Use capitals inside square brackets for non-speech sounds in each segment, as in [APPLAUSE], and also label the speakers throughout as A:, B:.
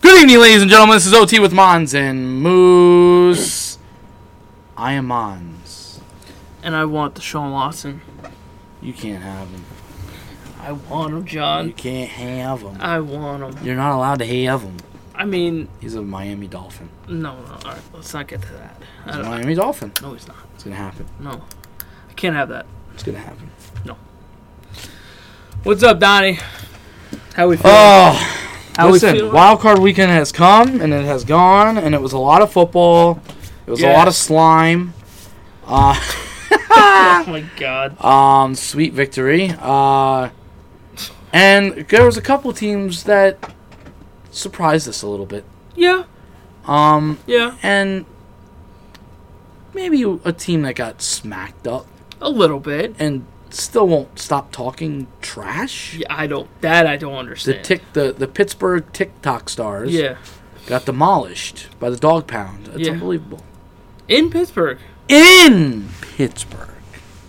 A: Good evening, ladies and gentlemen. This is OT with Mons and Moose. I am Mons.
B: And I want the Sean Watson.
A: You can't have him.
B: I want him,
A: You
B: John.
A: can't have him.
B: I want him.
A: You're not allowed to have him.
B: I mean,
A: He's a Miami Dolphin.
B: no, no. All right, let's not get to that. I
A: He's a
B: don't,
A: Miami Dolphin.
B: no, he's not.
A: It's gonna happen.
B: No, I can't have that.
A: It's gonna happen.
B: What's up, Donnie? How we feeling?
A: Oh,
B: How we
A: listen.
B: feeling?
A: Wild Card Weekend has come and it has gone, and it was a lot of football. It was a
B: Yeah.
A: lot of slime. Uh,
B: Oh my God.
A: um, sweet victory. Uh, and there was a couple teams that surprised us a little bit.
B: Yeah,
A: Um,
B: yeah.
A: and maybe a team that got smacked up
B: A little bit.
A: and still won't stop talking trash.
B: Yeah, I don't. That I don't
A: The
B: understand.
A: tick the, the Pittsburgh TikTok stars
B: Yeah,
A: got demolished by the dog pound. It's
B: Yeah.
A: unbelievable.
B: in Pittsburgh,
A: In Pittsburgh.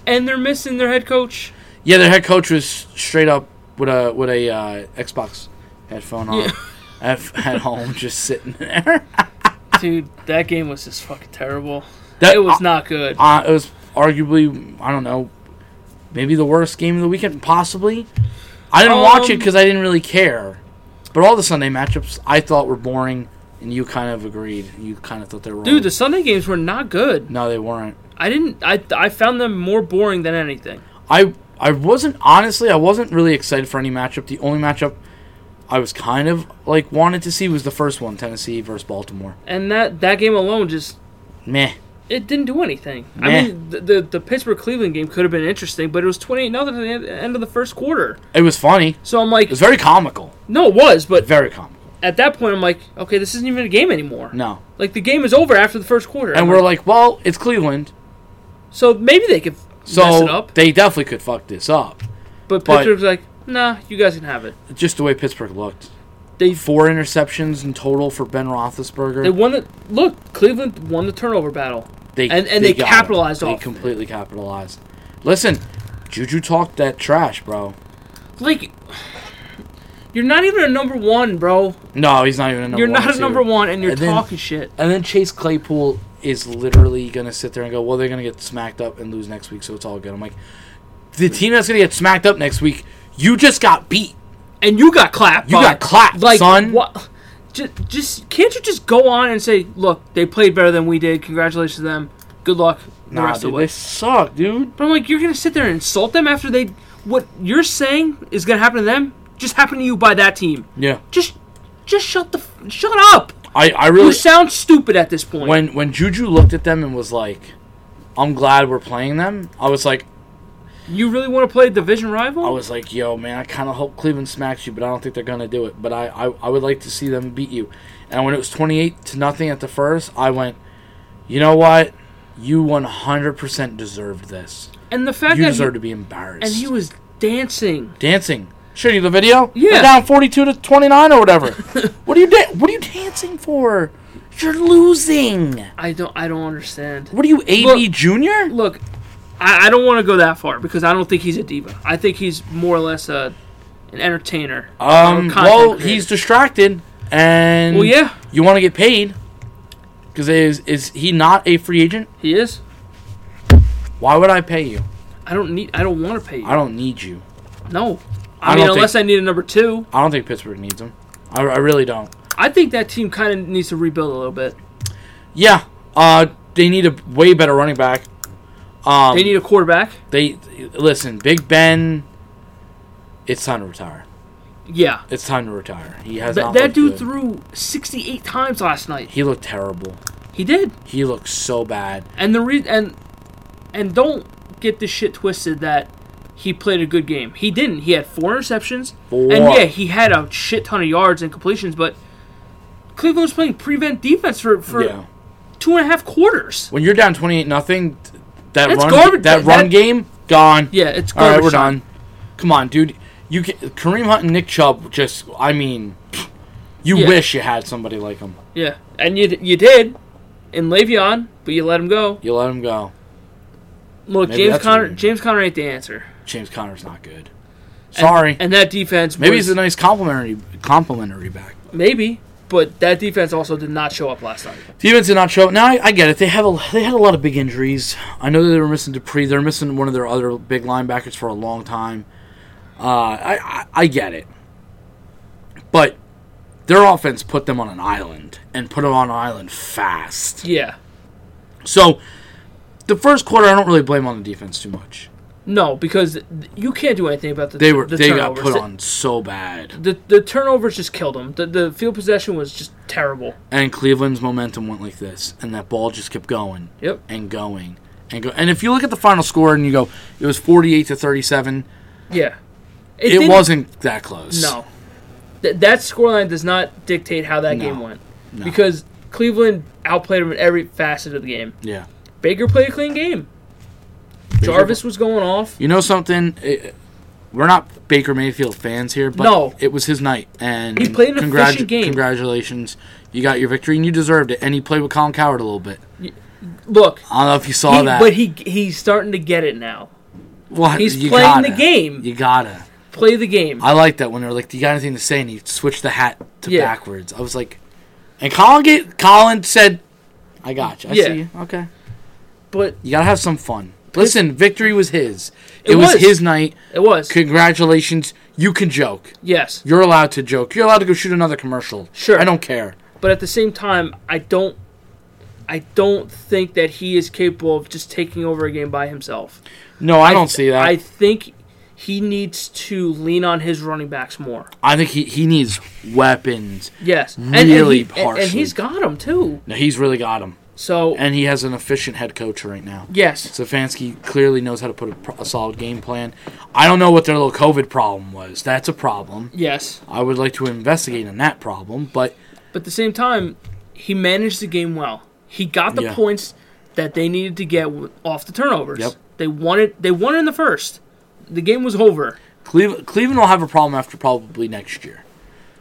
B: and they're missing their head coach.
A: Yeah, their head coach was straight up with a with a uh, Xbox headphone on
B: Yeah.
A: [LAUGHS] at, at home just sitting there.
B: Dude, that game was just fucking terrible.
A: That-
B: it was not good.
A: Uh, it was arguably, I don't know, maybe the worst game of the weekend, possibly. I didn't watch it
B: Um,
A: because I didn't really care. But all the Sunday matchups I thought were boring, and you kind of agreed. You kind of thought they were.
B: Dude,
A: wrong.
B: the Sunday games were not good.
A: no, they weren't.
B: I didn't. I I found them more boring than anything.
A: I I wasn't honestly. I wasn't really excited for any matchup. The only matchup I was kind of like wanted to see was the first one, Tennessee versus Baltimore.
B: and that that game alone just
A: Meh.
B: it didn't do anything.
A: Meh.
B: I mean, the the, the Pittsburgh Cleveland game could have been interesting, but it was twenty eight nothing at the end- end of the first quarter.
A: It was funny.
B: So I'm
A: It
B: like,
A: was very comical.
B: no, it was, but
A: Very comical.
B: at that point I'm like, okay, this isn't even a game anymore.
A: No.
B: Like the game is over after the first quarter,
A: And we're like, well, it's Cleveland,
B: so maybe they could mess
A: so
B: it up,
A: they definitely could fuck this up.
B: but
A: but-
B: Pittsburgh's like, nah, you guys can have it.
A: just the way Pittsburgh looked.
B: They
A: Four interceptions in total for Ben Roethlisberger.
B: they won the look. Cleveland won the turnover battle.
A: They-
B: and- and they
A: got it.
B: capitalized
A: They
B: off it.
A: completely capitalized. Listen, Juju talked that trash, bro.
B: Like, you're not even a number one, bro.
A: No, he's not even a number
B: You're
A: one.
B: not a
A: receiver.
B: number one, and you're
A: And then-
B: talking shit.
A: And then Chase Claypool is literally gonna sit there and go, "Well, they're gonna get smacked up and lose next week, so it's all good." I'm like, the team that's gonna get smacked up next week, you just got beat.
B: and you got clapped.
A: You
B: by-
A: got clapped,
B: like,
A: son.
B: What? Just, just can't you just go on and say, look, they played better than we did. Congratulations to them. Good luck the
A: Nah,
B: rest
A: dude,
B: of the way.
A: they suck, dude.
B: But I'm like, you're gonna sit there and insult them after they what you're saying is gonna happen to them just happened to you by that team.
A: Yeah,
B: Just, just shut the f- shut up.
A: I, I
B: You
A: really
B: sound stupid at this point.
A: when when Juju looked at them and was like, "I'm glad we're playing them," I was like,
B: you really want to play a division rival?
A: I was like, "Yo, man, I kind of hope Cleveland smacks you, but I don't think they're gonna do it. But I, I, I would like to see them beat you." And when it was twenty-eight to nothing at the first, I went, "You know what? You one hundred percent deserved this.
B: and the fact
A: You
B: that he,
A: deserve to be embarrassed."
B: and he was dancing.
A: dancing. Showed you the video.
B: Yeah.
A: They're down forty-two to twenty-nine or
B: [LAUGHS]
A: whatever. what are you da- What are you dancing for? You're losing.
B: I don't I don't understand.
A: What are you, AB
B: Look-
A: Junior?
B: look, I, I don't want to go that far because I don't think he's a diva. I think he's more or less a an entertainer. or a
A: Um,
B: content
A: well,
B: creator.
A: he's distracted, and
B: well, yeah,
A: you want to get paid. Because is is he not a free agent?
B: he is.
A: Why would I pay you?
B: I don't need. I don't want to pay you.
A: I don't need you.
B: no, I,
A: I
B: mean
A: don't
B: unless I need a number two.
A: I don't think Pittsburgh needs him. I, I really don't.
B: I think that team kind of needs to rebuild a little bit.
A: Yeah, uh, they need a way better running back. Um,
B: They need a quarterback.
A: they listen, Big Ben. It's time to retire.
B: Yeah,
A: It's time to retire. He has
B: Th-
A: not
B: that
A: looked
B: dude
A: good.
B: threw sixty-eight times last night.
A: He looked terrible.
B: He did,
A: He looked so bad.
B: and the re- and and don't get this shit twisted that he played a good game. He didn't. He had four interceptions.
A: Four.
B: And yeah, he had a shit ton of yards and completions, but Cleveland was playing prevent defense for, for
A: yeah.
B: two and a half quarters.
A: When you're down twenty-eight nothing, that
B: That's
A: run
B: garbage.
A: that
B: That-
A: run game gone.
B: Yeah, it's
A: All
B: garbage.
A: right, we're
B: time.
A: done. Come on, dude. You ca Kareem Hunt and Nick Chubb just I mean you
B: Yeah.
A: wish you had somebody like him.
B: Yeah, and you you did in Le'Veon, but you let him go.
A: You let him go.
B: Look,
A: Maybe
B: James
A: that's what
B: Conner,
A: you-
B: James Conner ain't the answer.
A: James Conner's not good.
B: And-
A: Sorry.
B: And, that defense,
A: maybe
B: was,
A: he's a nice complimentary complimentary back.
B: maybe, but that defense also did not show up last night.
A: Defense did not show up. Now I, I get it. They have a they had a lot of big injuries. I know that they were missing Dupree. They're missing one of their other big linebackers for a long time. Uh, I, I I get it, but their offense put them on an island and put them on an island fast.
B: Yeah.
A: So the first quarter, I don't really blame on the defense too much.
B: No, because you can't do anything about the
A: They were
B: the
A: they got
B: turnovers.
A: put
B: The-
A: on so bad,
B: The, the turnovers just killed them. The, the field possession was just terrible.
A: and Cleveland's momentum went like this, and that ball just kept going.
B: Yep.
A: and going and go. And if you look at the final score and you go, it was forty-eight to thirty-seven.
B: Yeah.
A: It,
B: didn't-
A: wasn't that close.
B: No. Th- that scoreline does not dictate how that
A: No.
B: game went.
A: No.
B: Because Cleveland outplayed them in every facet of the game.
A: Yeah.
B: Baker played a clean game. Jarvis was going off.
A: You know something? It- we're not Baker Mayfield fans here, but
B: No.
A: it was his night, and
B: He played an
A: congratu-
B: efficient game.
A: Congratulations, you got your victory, and you deserved it. And he played with Colin Coward a little bit.
B: Look,
A: I don't know if you saw
B: he-
A: that.
B: but he he's starting to get it now.
A: Well,
B: he's
A: you
B: playing
A: gotta.
B: the game.
A: You gotta.
B: Play the game.
A: I like that when they're like, "Do you got anything to say?" And he switched the hat to
B: Yeah.
A: backwards. I was like, and Colin get Colin said, "I got you. I
B: Yeah.
A: see you. Okay."
B: but
A: You gotta have some fun. Listen, victory was his. It,
B: It
A: was.
B: was.
A: his night.
B: it was
A: Congratulations. You can joke.
B: yes.
A: You're allowed to joke. You're allowed to go shoot another commercial.
B: Sure.
A: I don't care.
B: But at the same time, I don't I don't think that he is capable of just taking over a game by himself.
A: No, I, don't see that.
B: I
A: I,
B: think he needs to lean on his running backs more.
A: think he, he needs weapons.
B: Yes, and,
A: Really
B: and, he, and,
A: harshly.
B: and he's got him too.
A: No, he's really got him.
B: So
A: And he has an efficient head coach right now.
B: yes,
A: Stefanski clearly knows how to put a, pro- a solid game plan. I don't know what their little COVID problem was. That's a problem.
B: yes.
A: I would like to investigate on that problem, but
B: But at the same time, he managed the game well. He got the
A: Yeah.
B: points that they needed to get w- off the turnovers.
A: Yep.
B: They wanted. They won in the first. The game was over.
A: Cleve- Cleveland will have a problem after probably next year.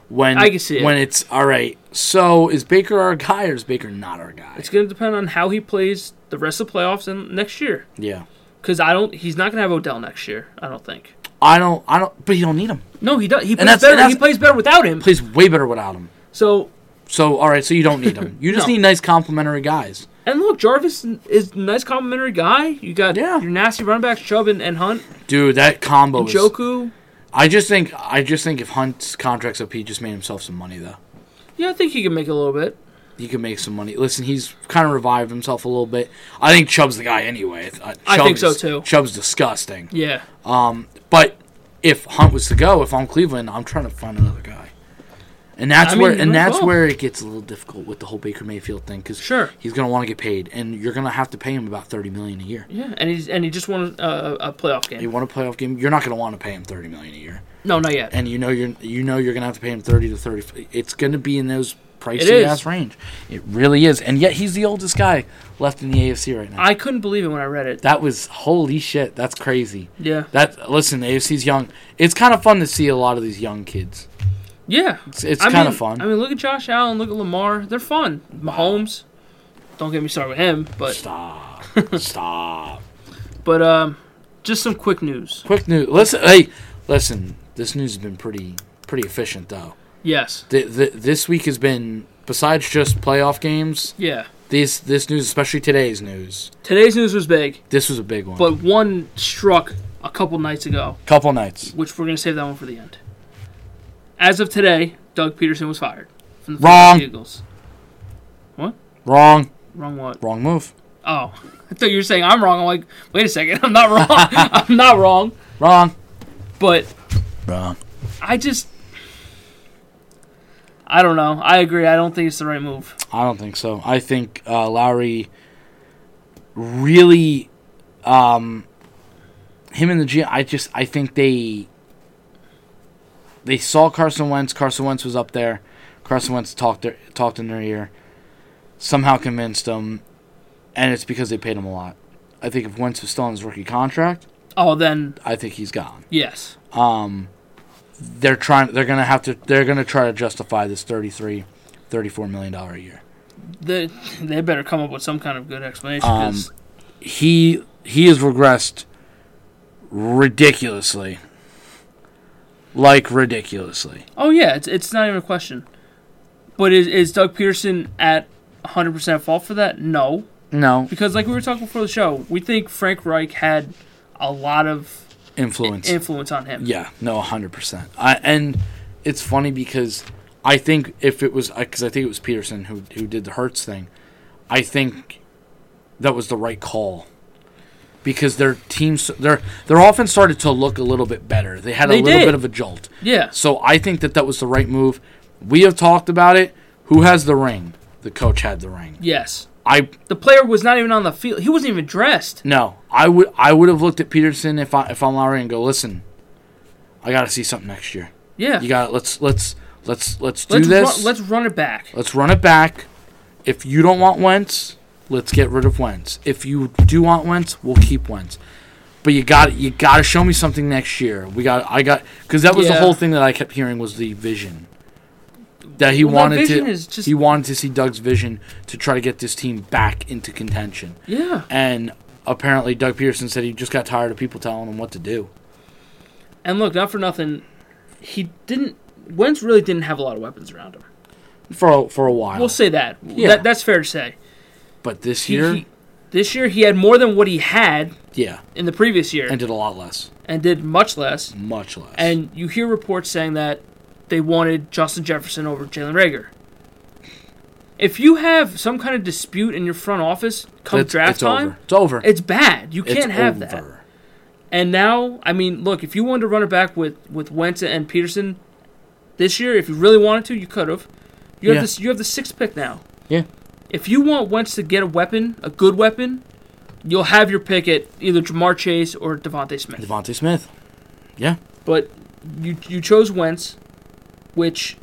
A: When
B: I can see it.
A: when it's all right. So is Baker our guy or is Baker not our guy?
B: It's going to depend on how he plays the rest of the playoffs and next year.
A: yeah,
B: Because I don't. He's not going to have Odell next year. I don't think.
A: I don't, I don't, but you don't need him.
B: No, he does. He plays
A: that's-
B: better.
A: and that's-
B: he plays better without him.
A: Plays way better without him.
B: So
A: So all right, so you don't need him. You just
B: [LAUGHS] No.
A: need nice complimentary guys.
B: and look, Jarvis is a nice complimentary guy. You got
A: Yeah.
B: your nasty running backs Chubb and, and Hunt,
A: Dude, that combo. Is,
B: Joku.
A: I just think, I just think if Hunt's contract's up, he just made himself some money though.
B: Yeah, I think he can make a little bit.
A: He could make some money. Listen, he's kind of revived himself a little bit. I think Chubb's the guy anyway. Uh,
B: I
A: Chubb
B: think so,
A: is-
B: too.
A: Chubb's disgusting.
B: Yeah.
A: But if Hunt was to go, if I'm Cleveland, I'm trying to find another guy. And that's
B: I mean,
A: where
B: you
A: and
B: might as
A: that's
B: well.
A: where it gets a little difficult with the whole Baker Mayfield thing because
B: Sure.
A: he's going to want to get paid, and you're going to have to pay him about thirty million a year.
B: Yeah, and he's and he just won a, a, a playoff game.
A: You want a playoff game, you're not going to want to pay him thirty million a year,
B: No, not yet.
A: and you know you're you know you're going to have to pay him thirty to thirty. It's going to be in those pricey
B: is.
A: ass range. It really is, and yet he's the oldest guy left in the AFC right now.
B: I couldn't believe it when I read it.
A: that was holy shit. That's crazy.
B: Yeah.
A: That listen, the AFC's young. It's kind of fun to see a lot of these young kids.
B: Yeah.
A: It's, it's
B: I
A: kind
B: mean-
A: of fun.
B: I mean, look at Josh Allen, look at Lamar. They're fun. Mahomes. Don't get me started with him, but
A: Stop. Stop.
B: but um, just some quick news.
A: Quick news. Listen, hey, listen. This news has been pretty pretty efficient though.
B: Yes.
A: Th th this week has been besides just playoff games.
B: Yeah.
A: This this news, especially today's news,
B: Today's news was big,
A: this was a big one.
B: but one struck a couple nights ago,
A: couple nights.
B: which we're gonna save that one for the end. As of today, Doug Peterson was fired from the
A: Wrong.
B: Philadelphia Eagles. What?
A: Wrong.
B: Wrong what?
A: Wrong move.
B: Oh, [LAUGHS] I thought you were saying I'm wrong. I'm like, wait a second, [LAUGHS] I'm not wrong. I'm not wrong.
A: Wrong.
B: But
A: Wrong.
B: I just, I don't know. I agree. I don't think it's the right move.
A: I don't think so. I think uh, Lowry really, um, him and the G. I just I think they they saw Carson Wentz. Carson Wentz was up there. Carson Wentz talked their, talked in their ear. Somehow convinced them, and it's because they paid him a lot. I think if Wentz was still on his rookie contract,
B: Oh, then
A: I think he's gone. Um,
B: yes,
A: They're trying. They're gonna have to. They're gonna try to justify this 33, 34 million dollar a year.
B: they they better come up with some kind of good explanation. 'cause-
A: he he has regressed ridiculously. Like ridiculously.
B: oh yeah, it's it's not even a question. But is, is Doug Peterson at 100% fault for that? No.
A: No
B: Because, like we were talking before the show, we think Frank Reich had a lot of
A: influence.
B: influence on him.
A: Yeah, no, hundred percent. And it's funny because I think if it was because I think it was Peterson who who did the Hertz thing, I think that was the right call because their teams their their offense started to look a little bit better. They had a
B: They
A: little
B: did.
A: bit of a jolt.
B: Yeah.
A: So I think that that was the right move. We have talked about it. Who has the ring? The coach had the ring.
B: Yes.
A: I
B: The player was not even on the field. He wasn't even dressed.
A: no, I would I would have looked at Peterson if I if I'm Lowry and go listen. I got to see something next year.
B: Yeah.
A: You got let's let's let's let's do
B: let's
A: this.
B: Run,
A: let's,
B: let's run it back.
A: run it back. If you don't want Wentz, let's get rid of Wentz. If you do want Wentz, we'll keep Wentz. But you got you got to show me something next year. We got I got because that was
B: Yeah.
A: the whole thing that I kept hearing was the vision that he
B: Well, that
A: wanted
B: vision
A: to
B: is just-
A: he wanted to see Doug's vision to try to get this team back into contention.
B: Yeah.
A: And apparently Doug Peterson said he just got tired of people telling him what to do.
B: And look, not for nothing, he didn't. Wentz really didn't have a lot of weapons around him.
A: For a, for a while.
B: We'll say that.
A: Yeah.
B: That that's fair to say.
A: but this
B: He-
A: year,
B: he- this year he had more than what he had
A: yeah,
B: in the previous year
A: and did a lot less.
B: and did much less.
A: much less.
B: And you hear reports saying that they wanted Justin Jefferson over Jalen Rager. If you have some kind of dispute in your front office come
A: It's-
B: draft
A: it's
B: time,
A: over. It's over.
B: it's bad. You can't
A: It's
B: have that.
A: over.
B: And now, I mean, look, if you wanted to run it back with with Wentz and Peterson this year, if you really wanted to, you could have. You have
A: Yeah.
B: this. You have the sixth pick now.
A: Yeah.
B: If you want Wentz to get a weapon, a good weapon, you'll have your pick at either Jamar Chase or Devontae Smith.
A: Devontae Smith. Yeah.
B: But you you chose Wentz, which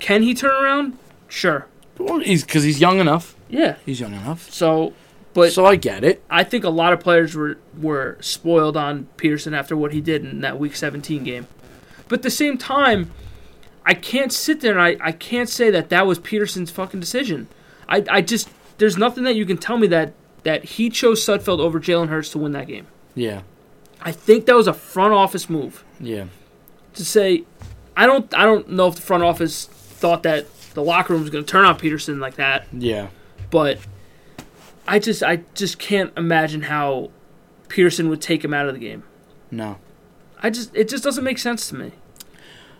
B: can he turn around? Sure.
A: Well, he's because he's young enough.
B: Yeah.
A: He's young enough.
B: So, but
A: so I get it.
B: I think a lot of players were, were spoiled on Peterson after what he did in that Week 17 game. But at the same time, I can't sit there and I, I can't say that that was Peterson's fucking decision. I, I just, there's nothing that you can tell me that, that he chose Sudfeld over Jalen Hurts to win that game.
A: Yeah.
B: I think that was a front office move
A: Yeah.
B: to say, I don't, I don't know if the front office thought that the locker room was going to turn on Peterson like that
A: Yeah.
B: but I just I just can't imagine how Peterson would take him out of the game.
A: No.
B: I just it just doesn't make sense to me.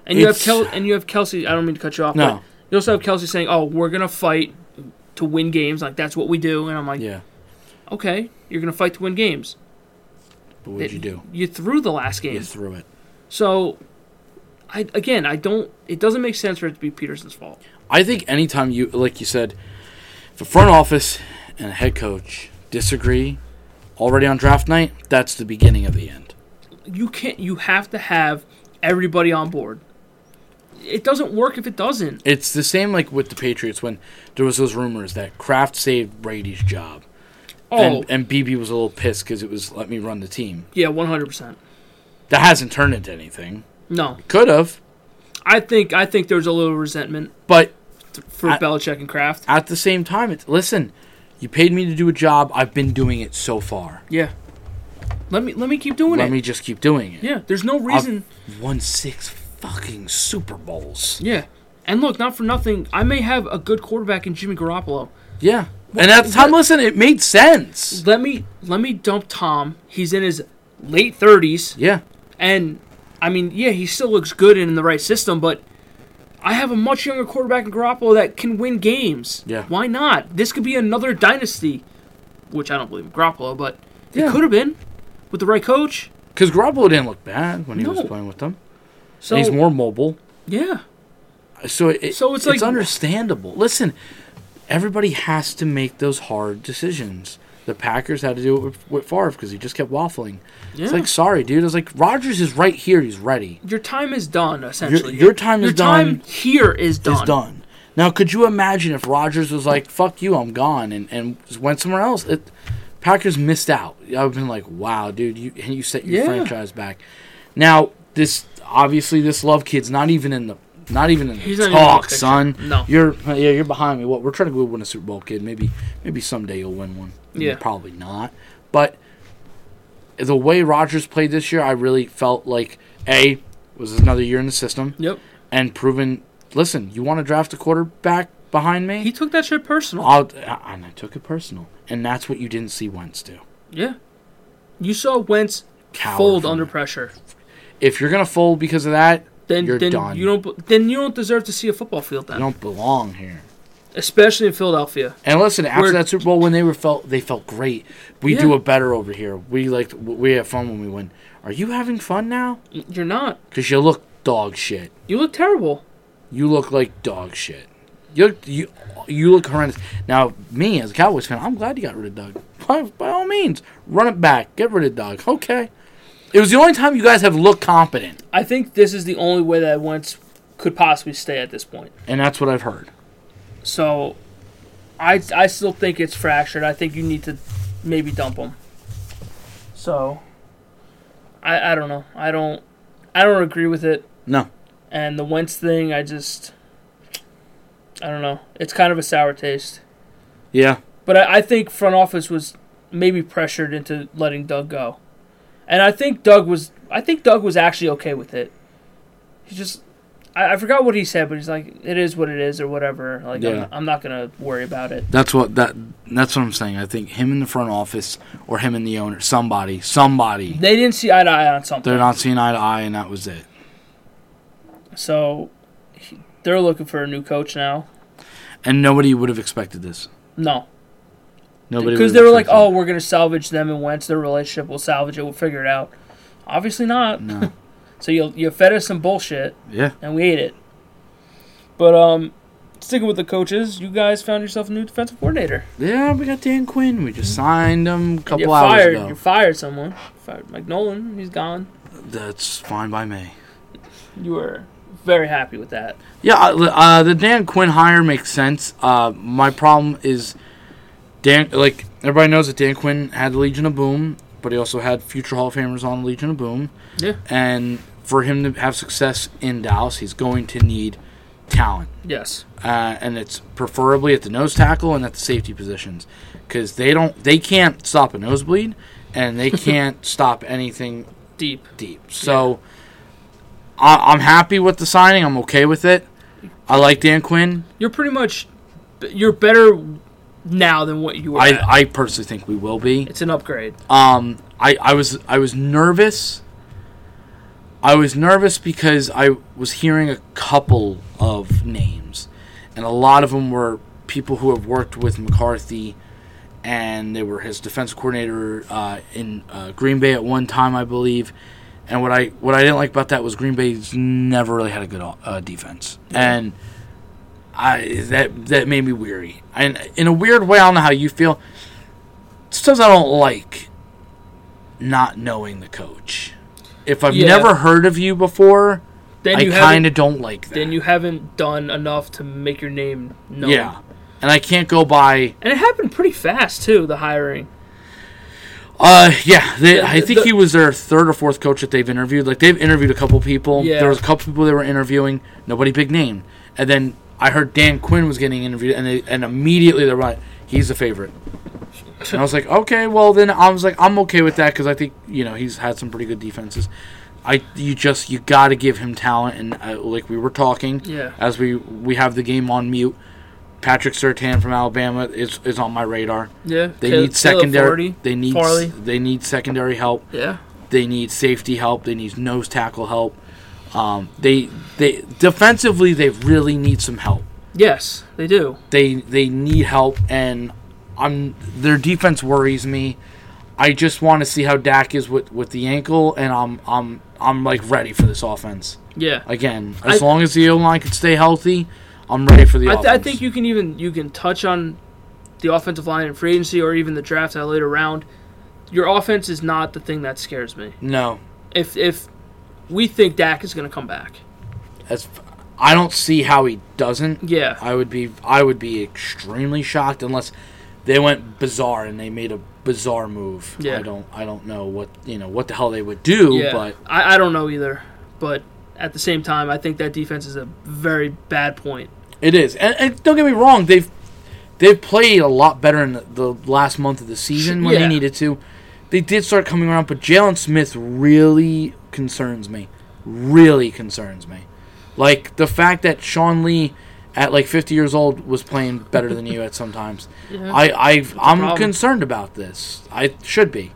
B: And you
A: It's-
B: have Kel- and you have Kelsey. I don't mean to cut you off.
A: No.
B: But you also have Kelsey saying, "Oh, we're gonna fight to win games. Like that's what we do." And I'm like,
A: Yeah.
B: "Okay, you're gonna fight to win games."
A: But what'd
B: It-
A: you do?
B: You threw the last game.
A: You threw it.
B: So, I again, I don't. It doesn't make sense for it to be Peterson's fault.
A: I think anytime you, like you said, if a front office and a head coach disagree already on draft night, that's the beginning of the end.
B: you can't you have to have everybody on board it doesn't work if it doesn't
A: It's the same like with the Patriots when there was those rumors that Kraft saved Brady's job,
B: oh
A: and, and BB was a little pissed because it was let me run the team.
B: yeah 100%
A: That hasn't turned into anything.
B: no
A: Could have,
B: i think i think there's a little resentment
A: but
B: for
A: I-
B: belichick and kraft
A: at the same time, it's, listen, you paid me to do a job. I've been doing it so far.
B: yeah let me let me keep doing
A: Let
B: it
A: me just keep doing it.
B: yeah there's no
A: I've
B: reason
A: won six fucking Super Bowls.
B: yeah and look not for nothing i may have a good quarterback in jimmy garoppolo
A: Yeah, and at the time, listen, it made sense.
B: let me let me dump tom he's in his late 30s
A: Yeah,
B: And I mean, yeah, he still looks good and in the right system, but I have a much younger quarterback in Garoppolo that can win games.
A: Yeah.
B: Why not? This could be another dynasty, which I don't believe in Garoppolo, but it
A: Yeah.
B: could have been with the right coach.
A: because Garoppolo didn't look bad when he was
B: No.
A: playing with them.
B: So
A: He's more mobile,
B: yeah,
A: so it,
B: So it's like-
A: understandable. Listen, everybody has to make those hard decisions. The Packers had to do it with, with Favre because he just kept waffling.
B: yeah.
A: It's like, sorry, dude. I was like, Rogers is right here. He's ready.
B: your time is done. Essentially,
A: your time is
B: Your
A: done-
B: time here is done.
A: is done. Now, could you imagine if Rogers was like, "Fuck you, I'm gone," and, and went somewhere else? It, Packers missed out. I've been like, "Wow, dude, you and you set your
B: Yeah.
A: franchise back." Now, this obviously this love kid's not even in the not even in the
B: He's not even in the
A: talk,
B: picture.
A: son.
B: No.
A: you're yeah, you're behind me. What we're trying to go win a Super Bowl, kid. Maybe maybe someday you'll win one.
B: Yeah.
A: probably not. But the way Rogers played this year, I really felt like a was another year in the system
B: Yep.
A: and proven listen, you want to draft a quarterback behind me?
B: He took that shit personal.
A: I'll, I- and I took it personal. And that's what you didn't see Wentz do.
B: yeah. You saw Wentz
A: Cower
B: fold
A: from
B: under
A: it.
B: pressure.
A: If you're going to fold because of that,
B: Then
A: You're
B: then
A: done.
B: you don't then you don't deserve to see a football field
A: you
B: then.
A: don't belong here.
B: Especially in Philadelphia.
A: And listen, after
B: We're-
A: that Super Bowl, when they were felt, they felt great. We
B: Yeah.
A: do it better over here. We like we have fun when we win. Are you having fun now?
B: You're not.
A: Because you look dog shit.
B: You look terrible.
A: You look like dog shit. You look, you you look horrendous. Now, me as a Cowboys fan, I'm glad you got rid of Doug. By, by all means, run it back. Get rid of Doug. Okay. It was the only time you guys have looked competent,
B: I think this is the only way that Wentz could possibly stay at this point.
A: and that's what I've heard.
B: So I I still think it's fractured. I think you need to maybe dump him. So I I don't know. I don't I don't agree with it.
A: No,
B: And the Wentz thing, I just I don't know. It's kind of a sour taste.
A: yeah,
B: But I, I think front office was maybe pressured into letting Doug go, and I think Doug was I think Doug was actually okay with it. He just I, I forgot what he said, but he's like, "It is what it is," or whatever. Like,
A: Yeah.
B: I'm, I'm not gonna worry about it.
A: that's what that that's what I'm saying. I think him in the front office or him and the owner, somebody, somebody,
B: They didn't see eye to eye on something,
A: they're not seeing eye to eye, and that was it.
B: so he, they're looking for a new coach now.
A: And nobody would have expected this.
B: No,
A: Nobody would
B: because they
A: have
B: were like, "Oh,
A: expected
B: we're gonna salvage them and Wentz their relationship. We'll salvage it. We'll figure it out." Obviously not.
A: it. no,
B: So you you fed us some bullshit.
A: yeah."
B: and we ate it. But um, sticking with the coaches, you guys found yourself a new defensive coordinator.
A: Yeah, we got Dan Quinn. We just signed him a couple
B: you
A: hours
B: fired.
A: ago.
B: You fired someone. You fired Mike Nolan. He's gone.
A: That's fine by me.
B: You were very happy with that.
A: Yeah, uh, uh, the Dan Quinn hire makes sense. Uh, my problem is Dan. Like everybody knows that Dan Quinn had the Legion of Boom, but he also had future Hall of Famers on the Legion of Boom.
B: Yeah.
A: And for him to have success in Dallas, he's going to need talent.
B: Yes.
A: uh, and it's preferably at the nose tackle and at the safety positions because they don't they can't stop a nosebleed and they can't stop anything
B: Deep.
A: deep. So I, I'm happy with the signing. I'm okay with it. I like Dan Quinn.
B: You're pretty much. You're better now than what you were.
A: I,
B: at.
A: I personally think we will be.
B: it's an upgrade.
A: Um, I, I was I was nervous. I was nervous because I was hearing a couple of names, and a lot of them were people who have worked with McCarthy, and they were his defense coordinator uh, in uh, Green Bay at one time, I believe. And what I what I didn't like about that was Green Bay's never really had a good uh, defense, and I that that made me weary. And in a weird way, I don't know how you feel. Sometimes I don't like not knowing the coach. If I've
B: Yeah.
A: never heard of you before,
B: Then
A: I
B: you
A: kind
B: haven't.
A: of don't like that.
B: Then you haven't done enough to make your name known.
A: yeah, and I can't go by.
B: And it happened pretty fast too. The hiring.
A: Uh, yeah, they,
B: The-
A: I think
B: the-
A: he was their third or fourth coach that they've interviewed. Like they've interviewed a couple people.
B: Yeah.
A: There was a couple people they were interviewing. Nobody big name. And then I heard Dan Quinn was getting interviewed, and they, and immediately they're like, he's the favorite. And I was like, okay, well then I was like, I'm okay with that because I think you know he's had some pretty good defenses. I you just you got to give him talent, and uh, like we were talking,
B: Yeah.
A: As we we have the game on mute, Patrick Sertan from Alabama is is on my radar. They
B: Yeah. Caleb-
A: need
B: Caleb
A: secondary.
B: Farley.
A: They need
B: Farley.
A: they need secondary help.
B: Yeah.
A: They need safety help. They need nose tackle help. Um, they they defensively they really need some help
B: Yes, they do.
A: they they need help and I'm their defense worries me. I just want to see how Dak is with, with the ankle and I'm I'm I'm like ready for this offense.
B: Yeah.
A: Again, as
B: I-
A: long as the O line can stay healthy, I'm ready for the
B: I, th-
A: offense.
B: I think you can even you can touch on the offensive line in free agency or even the draft at a later round. Your offense is not the thing that scares me.
A: No.
B: If if we think Dak is going to come back,
A: As I don't see how he doesn't.
B: yeah,
A: I would be I would be extremely shocked unless they went bizarre and they made a bizarre move.
B: Yeah.
A: I don't I don't know what, you know, what the hell they would do,
B: yeah.
A: but
B: I, I don't know either. But at the same time, I think that defense is a very bad point.
A: It is, and, and don't get me wrong. They've they've played a lot better in the, the last month of the season when
B: Yeah.
A: they needed to. They did start coming around, but Jalen Smith really concerns me. Really concerns me. Like the fact that Sean Lee, at like 50 years old, was playing better than
B: [LAUGHS]
A: you at sometimes. I, I I'm
B: problem.
A: concerned about this. I should be.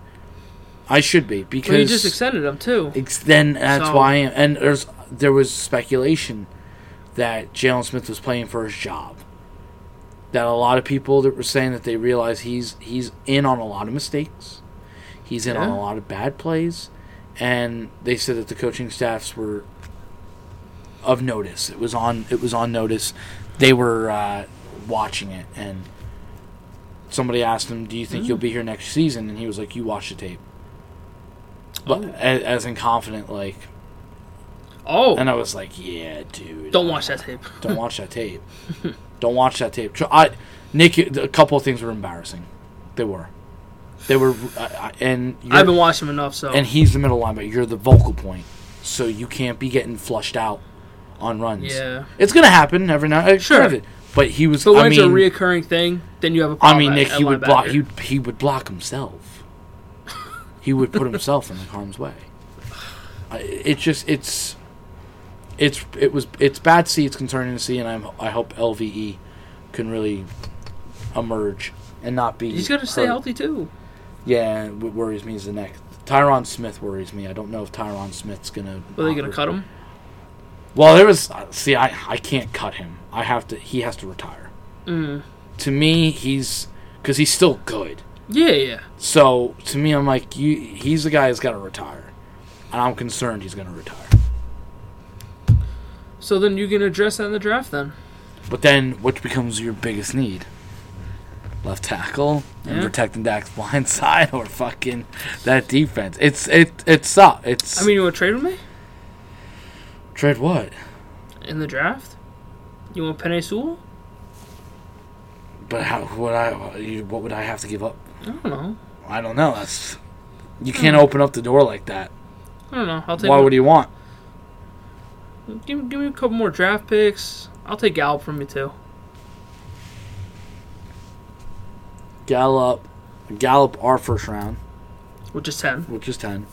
A: I should be because
B: Well, you just extended him too.
A: It's then that's
B: So-
A: why I am. And there's there was speculation that Jalen Smith was playing for his job. That a lot of people that were saying that they realize he's he's in on a lot of mistakes, he's in on
B: Yeah.
A: a lot of bad plays, and they said that the coaching staffs were of notice. It was on it was on notice. They were uh, watching it, and somebody asked him, "Do you
B: Mm-hmm.
A: think you'll be here next season?" And he was like, "You watch the tape." But
B: Oh.
A: a as in confident, like,
B: Oh,
A: and I was like, "Yeah, dude,
B: don't watch that tape. [LAUGHS]
A: don't watch that tape, don't watch that tape." Tr- I, Nick, a couple of things were embarrassing. They were, they were, I, I, and
B: I've
A: you're,
B: been watching him enough, so
A: and he's the middle linebacker. You're the vocal point, so you can't be getting flushed out on runs.
B: yeah.
A: It's gonna happen every now. uh,
B: Sure.
A: granted, but he was.
B: But when
A: I mean,
B: it's a reoccurring thing, then you have a problem.
A: I mean,
B: at-
A: Nick,
B: at
A: he would block.
B: linebacker.
A: He he would block himself. he would put himself in like harm's way. I- It just it's it's it was it's bad to see. It's concerning to see, and I'm I hope LVE can really emerge and not be.
B: He's got to stay
A: hurt.
B: healthy too.
A: Yeah, what worries me is the neck. Tyron Smith worries me. I don't know if Tyron Smith's gonna.
B: Are they gonna cut him?
A: Well, there was. uh, See, I I can't cut him. I have to. He has to retire.
B: Mm.
A: To me, he's because he's still good.
B: Yeah, yeah.
A: So to me, I'm like, you, he's the guy that's got to retire, and I'm concerned he's going to retire.
B: So then you can address that in the draft then.
A: But then, what becomes your biggest need? Left tackle and
B: Yeah.
A: protecting Dak's [LAUGHS] blind side, or fucking that defense. It's it it's up. It's
B: I mean, you want to trade with me
A: trade what?
B: in the draft? You want Penny Sewell?
A: But how would I? you- What would I have to give up?
B: I don't know.
A: I don't know. That's you can't
B: Hmm.
A: open up the door like that.
B: I don't know. I'll take.
A: Why would you want?
B: you give, give me a couple more draft picks? I'll take Gallup from you too.
A: Gallup, Gallup, our first round,
B: Which is ten.
A: which is ten.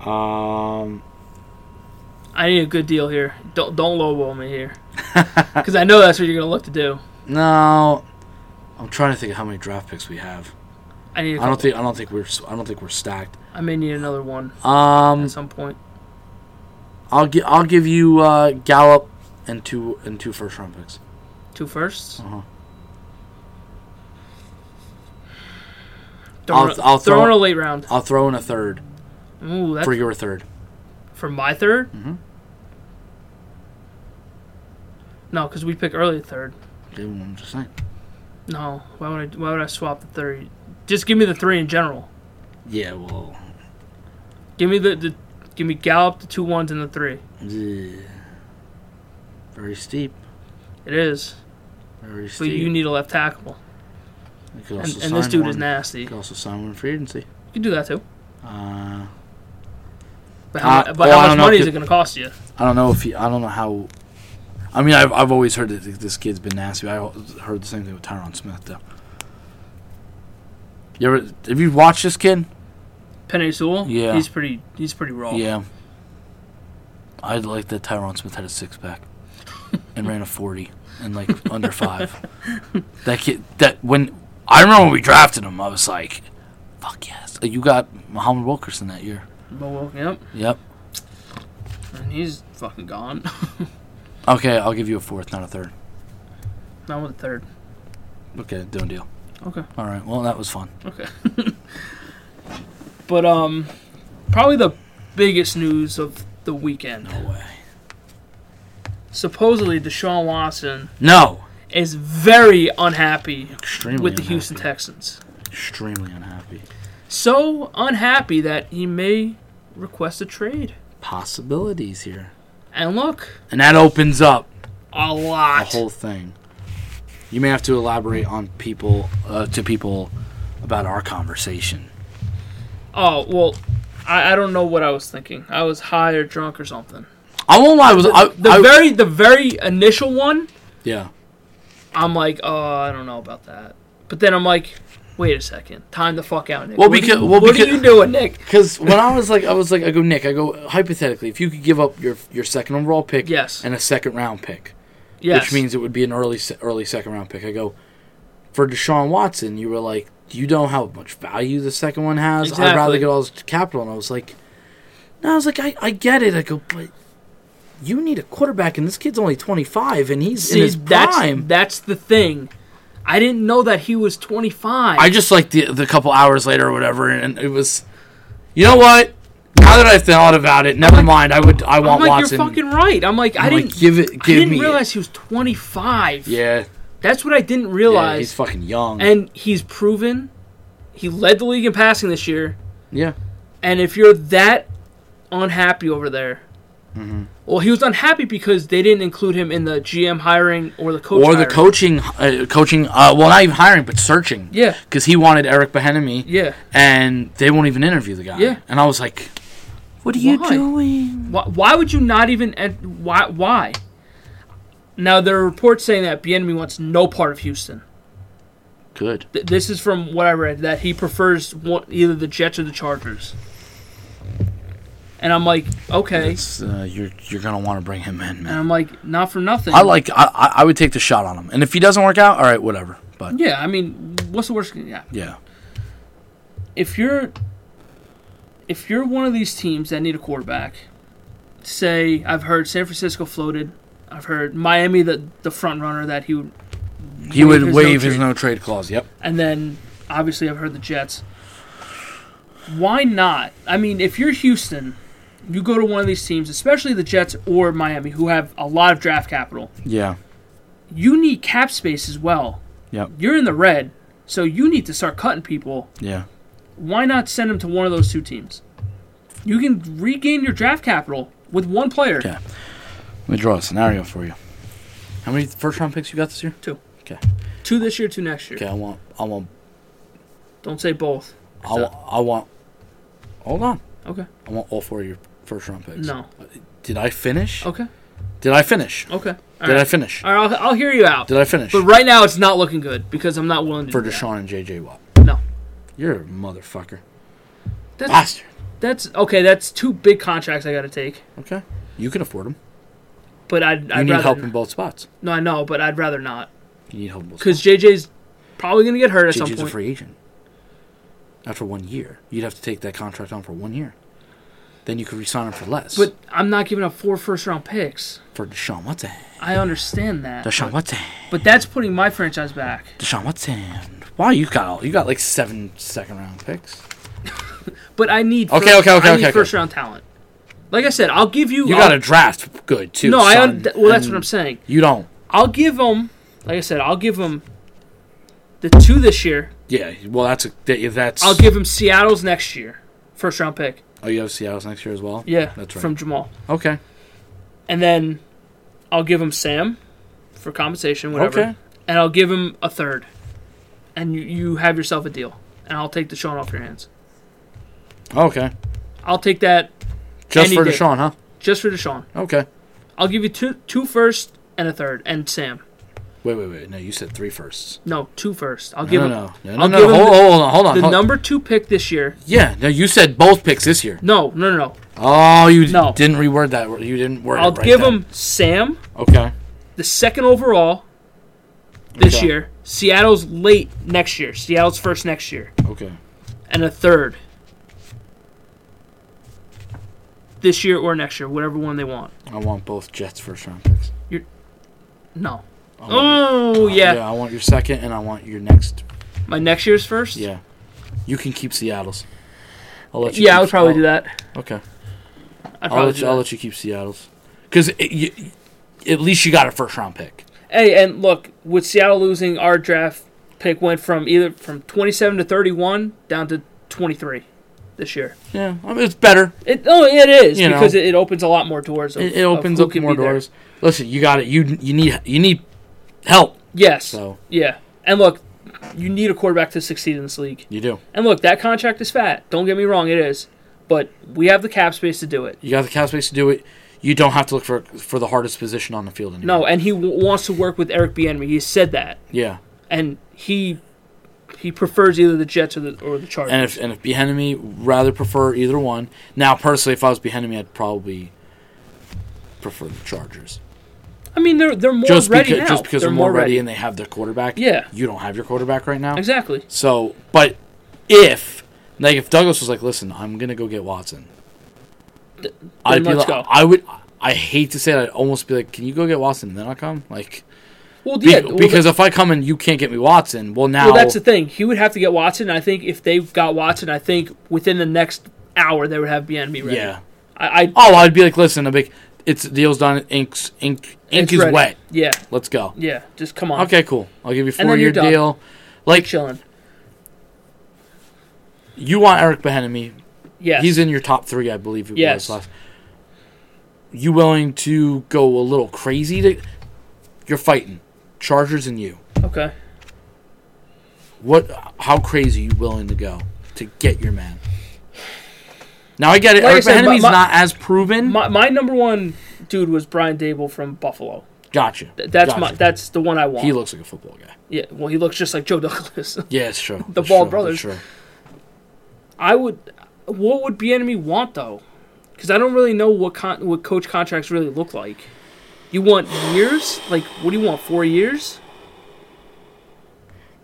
A: Um,
B: I need a good deal here. Don't don't lowball me here,
A: [LAUGHS]
B: because I know that's what you're gonna look to do.
A: No, I'm trying to think of how many draft picks we have.
B: I need. A
A: I
B: couple.
A: don't think I don't think we're s- I don't think we're stacked.
B: I may need another one
A: Um,
B: at some point.
A: I'll gi- I'll give you uh, Gallup and two and two first round picks.
B: Two firsts.
A: Uh-huh.
B: Throw
A: I'll-
B: in a-
A: I'll
B: throw
A: throw-
B: in a late round.
A: I'll throw in a third
B: Ooh, that's
A: for
B: for,
A: your third.
B: my 3rd
A: Mhm.
B: No, because we pick early third.
A: Okay, well, I'm just saying.
B: No, why would I? Why would I swap the third? Just give me the three in general.
A: Yeah, well,
B: Give me the, the give me Gallup, the two ones, and the three.
A: yeah. very steep,
B: It is,
A: very
B: but
A: steep.
B: you need a left tackle,
A: We could
B: and,
A: also
B: and this
A: sign
B: dude
A: one.
B: is nasty.
A: We
B: You
A: could also sign one free agency.
B: can do that too.
A: Uh,
B: But how,
A: Uh,
B: but
A: well, I
B: how
A: don't
B: much
A: know
B: money
A: if
B: is
A: it-
B: it going to cost you?
A: I don't know if he. I don't know how. I mean, I've, I've always heard that this kid's been nasty. I heard the same thing with Tyron Smith though. You ever have you watched this kid?
B: Penny Sewell.
A: Yeah.
B: he's pretty. He's pretty raw.
A: Yeah. I like that Tyron Smith had a six [LAUGHS] pack and ran a forty and like under five. That kid. That when I remember when we drafted him, I was like, "Fuck yes!" Like, you got Muhammad Wilkerson that year.
B: But well, yep,
A: Yep.
B: and he's fucking gone. [LAUGHS]
A: Okay, I'll give you a fourth, not a third.
B: Not with the third.
A: Okay, done deal.
B: Okay.
A: All right. Well, that was fun.
B: Okay. [LAUGHS] but um, probably the biggest news of the weekend.
A: No way.
B: Supposedly, Deshaun Watson
A: No.
B: is very unhappy
A: Extremely
B: with the
A: unhappy.
B: Houston Texans.
A: Extremely unhappy.
B: So unhappy that he may request a trade.
A: Possibilities here.
B: And look,
A: And that opens up
B: a
A: the
B: lot.
A: whole thing. You may have to elaborate on people uh, to people about our conversation.
B: oh well, I, I don't know what I was thinking. I was high or drunk or something.
A: I won't lie. Was I,
B: The
A: I-
B: very the very initial one,
A: yeah.
B: I'm like, oh, I don't know about that. But then I'm like, wait a second, time the fuck out, Nick.
A: Well,
B: what are
A: because-
B: you-
A: well,
B: what
A: because-
B: are you doing, Nick?
A: Because when I was like, I was like, I go, Nick, I go, hypothetically, if you could give up your your second overall pick
B: Yes.
A: and a second round pick,
B: Yes.
A: which means it would be an early se- early second round pick, I go, for Deshaun Watson, you were like, do you know how much value the second one has? I'd rather
B: Exactly.
A: get all this capital. And I was like, no, I was like, I, I get it. I go, but you need a quarterback, and this kid's only 25, and he's in
B: See,
A: his
B: that's
A: prime.
B: that's the thing. I didn't know that he was 25.
A: I just like the the couple hours later or whatever, and it was, you know what? Now that I thought about it, never mind. I would. I
B: I'm
A: want
B: like,
A: Watson.
B: you're fucking right. I'm like, I
A: I'm like,
B: didn't
A: give it. Give
B: I didn't
A: me. it.
B: realize he was 25.
A: Yeah,
B: That's what I didn't
A: yeah. He's
B: realize.
A: fucking young.
B: and he's proven he led the league in passing this year.
A: yeah.
B: And if you're that unhappy over there,
A: Mm-hmm.
B: well, he was unhappy because they didn't include him in the GM hiring or the coach.
A: Or the
B: hiring.
A: coaching, uh, coaching. Uh, well, not even hiring, but searching.
B: Yeah.
A: Because he wanted Eric Behenemy,
B: Yeah.
A: and they won't even interview the guy.
B: Yeah.
A: And I was like, "What are you
B: Why?
A: doing?"
B: Why, why would you not even? en- Why? Why? Now there are reports saying that Bienemy wants no part of Houston.
A: Good.
B: Th- this is from what I read that he prefers one, either the Jets or the Chargers. And I'm like, okay.
A: It's, uh, you're you're gonna want to bring him in,
B: And
A: man.
B: I'm like, not for nothing.
A: I like. I I I would take the shot on him, and if he doesn't work out, all right, whatever. But
B: Yeah, I mean, what's the worst? Yeah,
A: yeah,
B: if you're if you're one of these teams that need a quarterback, say I've heard San Francisco floated. I've heard Miami the the front runner that he would,
A: he
B: Waive
A: would
B: his
A: waive
B: no
A: his
B: trade.
A: no trade clause. Yep.
B: and then obviously I've heard the Jets. Why not? I mean, if you're Houston, you go to one of these teams, especially the Jets or Miami, who have a lot of draft capital.
A: Yeah.
B: You need cap space as well.
A: Yep.
B: You're in the red, so you need to start cutting people
A: Yeah.
B: why not send him to one of those two teams? You can regain your draft capital with one player.
A: Okay. Let me draw a scenario for you. How many first round picks you got this year?
B: Two this year, two next year.
A: Okay, I want, I want,
B: Don't say both.
A: I want, I want. Hold on,
B: Okay.
A: I want all four of your first round picks.
B: No.
A: Did I finish?
B: Okay.
A: Did I finish?
B: Okay. All right.
A: Did I finish?
B: All right. I'll, I'll hear you out.
A: Did I finish
B: But right now, it's not looking good because I'm not willing to
A: for
B: do that.
A: Deshaun and JJ Watt?
B: No.
A: You're a motherfucker,
B: That's,
A: bastard.
B: that's okay. That's two big contracts I got to take.
A: Okay, you can afford him.
B: But I'd,
A: You
B: I'd
A: need
B: rather
A: help in both spots.
B: no, I know, but I'd rather not
A: You need help in both
B: because
A: spots.
B: JJ's probably gonna get hurt at some
A: JJ's a
B: point.
A: free agent. After one year, you'd have to take that contract on for one year. Then you could resign him for less.
B: But I'm not giving up four first round picks.
A: for Deshaun Watson,
B: I understand that.
A: Deshaun Watson.
B: But that's putting my franchise back.
A: Deshaun Watson. Wow, you got all, you got like seven second round picks.
B: But I need
A: Okay,
B: first,
A: okay, okay,
B: I need
A: okay, okay.
B: first round talent. Like I said, I'll give you.
A: You
B: I'll-
A: got a draft good too.
B: no. I
A: son,
B: un- well, that's what
A: and
B: I'm saying.
A: You don't.
B: I'll give them. Like I said, I'll give them the two this year.
A: Yeah. Well, that's a that, that's.
B: I'll give them Seattle's next year, first round pick.
A: Oh, you have Seattle's next year as well.
B: Yeah,
A: That's right.
B: From Jamal,
A: Okay.
B: and then I'll give him Sam for compensation, whatever.
A: Okay.
B: And I'll give him a third, and you, you have yourself a deal. And I'll take Deshaun off your hands.
A: Okay.
B: I'll take that
A: Just
B: Any
A: for
B: day.
A: Deshaun, huh?
B: just for Deshaun.
A: Okay.
B: I'll give you two two first and a third, and Sam.
A: Wait, wait, wait. No, you said three firsts.
B: No, two first. I'll
A: No,
B: give
A: no,
B: him.
A: no, no, no.
B: I'll
A: no,
B: give him
A: hold,
B: the-
A: hold on, hold on.
B: the
A: hold-
B: number two pick this year.
A: Yeah. No, you said both picks this year.
B: No, no, no, no.
A: Oh, you d-
B: No.
A: didn't reword that. You didn't word. it
B: I'll
A: right
B: give
A: then.
B: him Sam,
A: Okay.
B: the second overall this
A: Okay.
B: year. Seattle's late next year. Seattle's first next year,
A: Okay.
B: and a third this year or next year, whatever one they want.
A: I want both Jets first round picks.
B: No.
A: I want-
B: Oh yeah.
A: Yeah, I want your second, and I want your next
B: my next year's first.
A: Yeah. You can keep Seattle's. I'll let
B: yeah, I would
A: keep-
B: probably
A: I'll-
B: do that.
A: Okay.
B: I'd
A: I'll
B: probably
A: let,
B: do
A: you, I'll
B: that.
A: let you keep Seattle's. Because at least you got a first round pick.
B: Hey, and look, with Seattle losing, our draft pick went from either from twenty-seven to thirty-one down to twenty-three this year.
A: Yeah. I mean, it's better.
B: It, oh, it is
A: You
B: because
A: know.
B: it, it opens a lot more doors. Of,
A: It, it
B: of
A: opens
B: who
A: up
B: can
A: more
B: be there.
A: doors. Listen, you got it. You you need you need help.
B: Yes.
A: So
B: Yeah. And look, you need a quarterback to succeed in this league.
A: you do.
B: And look, that contract is fat. Don't get me wrong, it is. But we have the cap space to do it.
A: You got the cap space to do it. You don't have to look for for the hardest position on the field anymore.
B: No, and he w- wants to work with Eric Bieniemy. He said that,
A: Yeah.
B: and he he prefers either the Jets or the or the Chargers.
A: And if and if Bienemy rather prefer either one. Now, personally, if I was Bienemy, I'd probably prefer the Chargers.
B: I mean, they're they're more
A: Just
B: ready
A: because
B: now.
A: just because
B: they're,
A: more ready and they have their quarterback.
B: Yeah.
A: You don't have your quarterback right now.
B: exactly.
A: So, but if like if Douglas was like, "Listen, I'm gonna go get Watson," I'd be
B: let's
A: like,
B: go.
A: I would. I hate to say it. I'd almost be like, "Can you go get Watson and then I'll come?" Like,
B: Well,
A: be-
B: yeah, well,
A: because if I come and you can't get me Watson, well now
B: Well, that's the thing. He would have to get Watson. I think if they got Watson, I think within the next hour they would have Bienemy ready.
A: yeah.
B: I, I
A: Oh, I'd be like, "Listen, I'm like, it's deal's done. Ink's ink ink
B: it's
A: is
B: ready.
A: wet.
B: Yeah,
A: Let's go."
B: yeah. Just come on.
A: Okay, cool. I'll give you
B: And then
A: four year
B: you're done.
A: deal. Like
B: chilling.
A: you want Eric Bieniemy,
B: Yeah,
A: he's in your top three, I believe it
B: Yes.
A: was last. You willing to go a little crazy? To, you're fighting Chargers and you.
B: okay.
A: What? How crazy are you willing to go to get your man? Now I get it.
B: Like I
A: Eric
B: said, my-
A: Bieniemy's
B: my-
A: not as proven.
B: My my number one dude was Brian Dable from Buffalo.
A: gotcha.
B: Th- That's
A: Gotcha.
B: my that's the one I want.
A: He looks like a football guy.
B: yeah. Well, he looks just like Joe [LAUGHS] Douglas.
A: Yeah, it's true.
B: The
A: It's
B: Ball
A: true. It's
B: brothers.
A: true.
B: I would. What would Bienemy want though? Because I don't really know what con- what coach contracts really look like. You want years? Like, what do you want? Four years?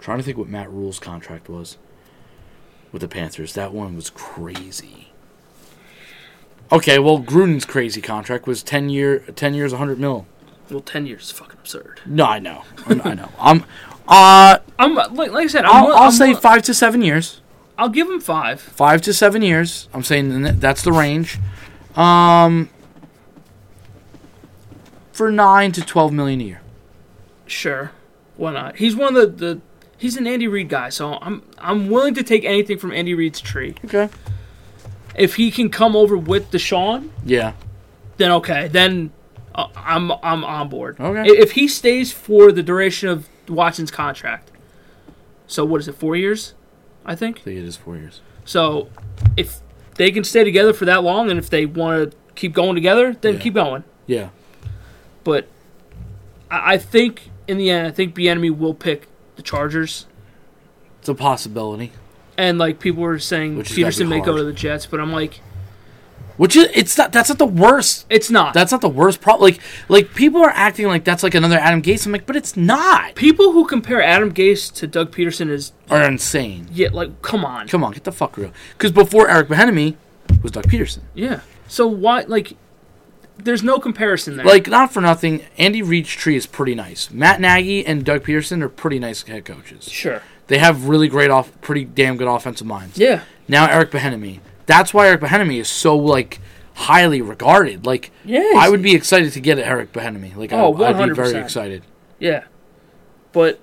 A: trying to think what Matt Rule's contract was with the Panthers. That one was crazy. Okay, well Gruden's crazy contract was ten year, ten years, hundred mil.
B: Well, ten years is fucking absurd.
A: No, I know, I'm- I [LAUGHS] know. I'm, uh,
B: I'm like, like I said. I'm,
A: I'll,
B: will
A: I'll say five to seven years.
B: I'll give him five.
A: Five to seven years. I'm saying in that- that's the range. Um, for nine to twelve million a year.
B: Sure, why not? He's one of the, the he's an Andy Reid guy, so I'm I'm willing to take anything from Andy Reid's tree.
A: Okay.
B: If he can come over with Deshaun,
A: Yeah.
B: then okay, then uh, I'm I'm on board.
A: Okay.
B: I- If he stays for the duration of Watson's contract, so what is it? Four years, I think.
A: I think it is four years.
B: So if they can stay together for that long, and if they want to keep going together, then
A: Yeah.
B: keep going.
A: Yeah.
B: But I, I think in the end, I think Bienemy will pick the Chargers.
A: It's a possibility.
B: And like people were saying,
A: Which has gotta
B: Peterson
A: be
B: may go
A: hard.
B: to the Jets, but I'm like,
A: Which is it's not that's not the worst
B: it's not.
A: That's not the worst problem. Like, like people are acting like that's like another Adam Gates. I'm like, but it's not.
B: people who compare Adam Gase to Doug Peterson is
A: Are insane.
B: yeah, like come on,
A: Come on, get the fuck real. Because before Eric Bieniemy was Doug Peterson.
B: yeah. So why like? There's no comparison there.
A: Like, not for nothing, Andy Reid's tree is pretty nice. Matt Nagy and Doug Peterson are pretty nice head coaches.
B: sure,
A: They have really great off, pretty damn good offensive minds.
B: yeah,
A: Now Eric Bieniemy. That's why Eric Bieniemy is so like highly regarded. Like,
B: Yeah,
A: I
B: he's-
A: would be excited to get at Eric Bieniemy. Like,
B: Oh,
A: I, I'd be very
B: 100%.
A: excited.
B: yeah. But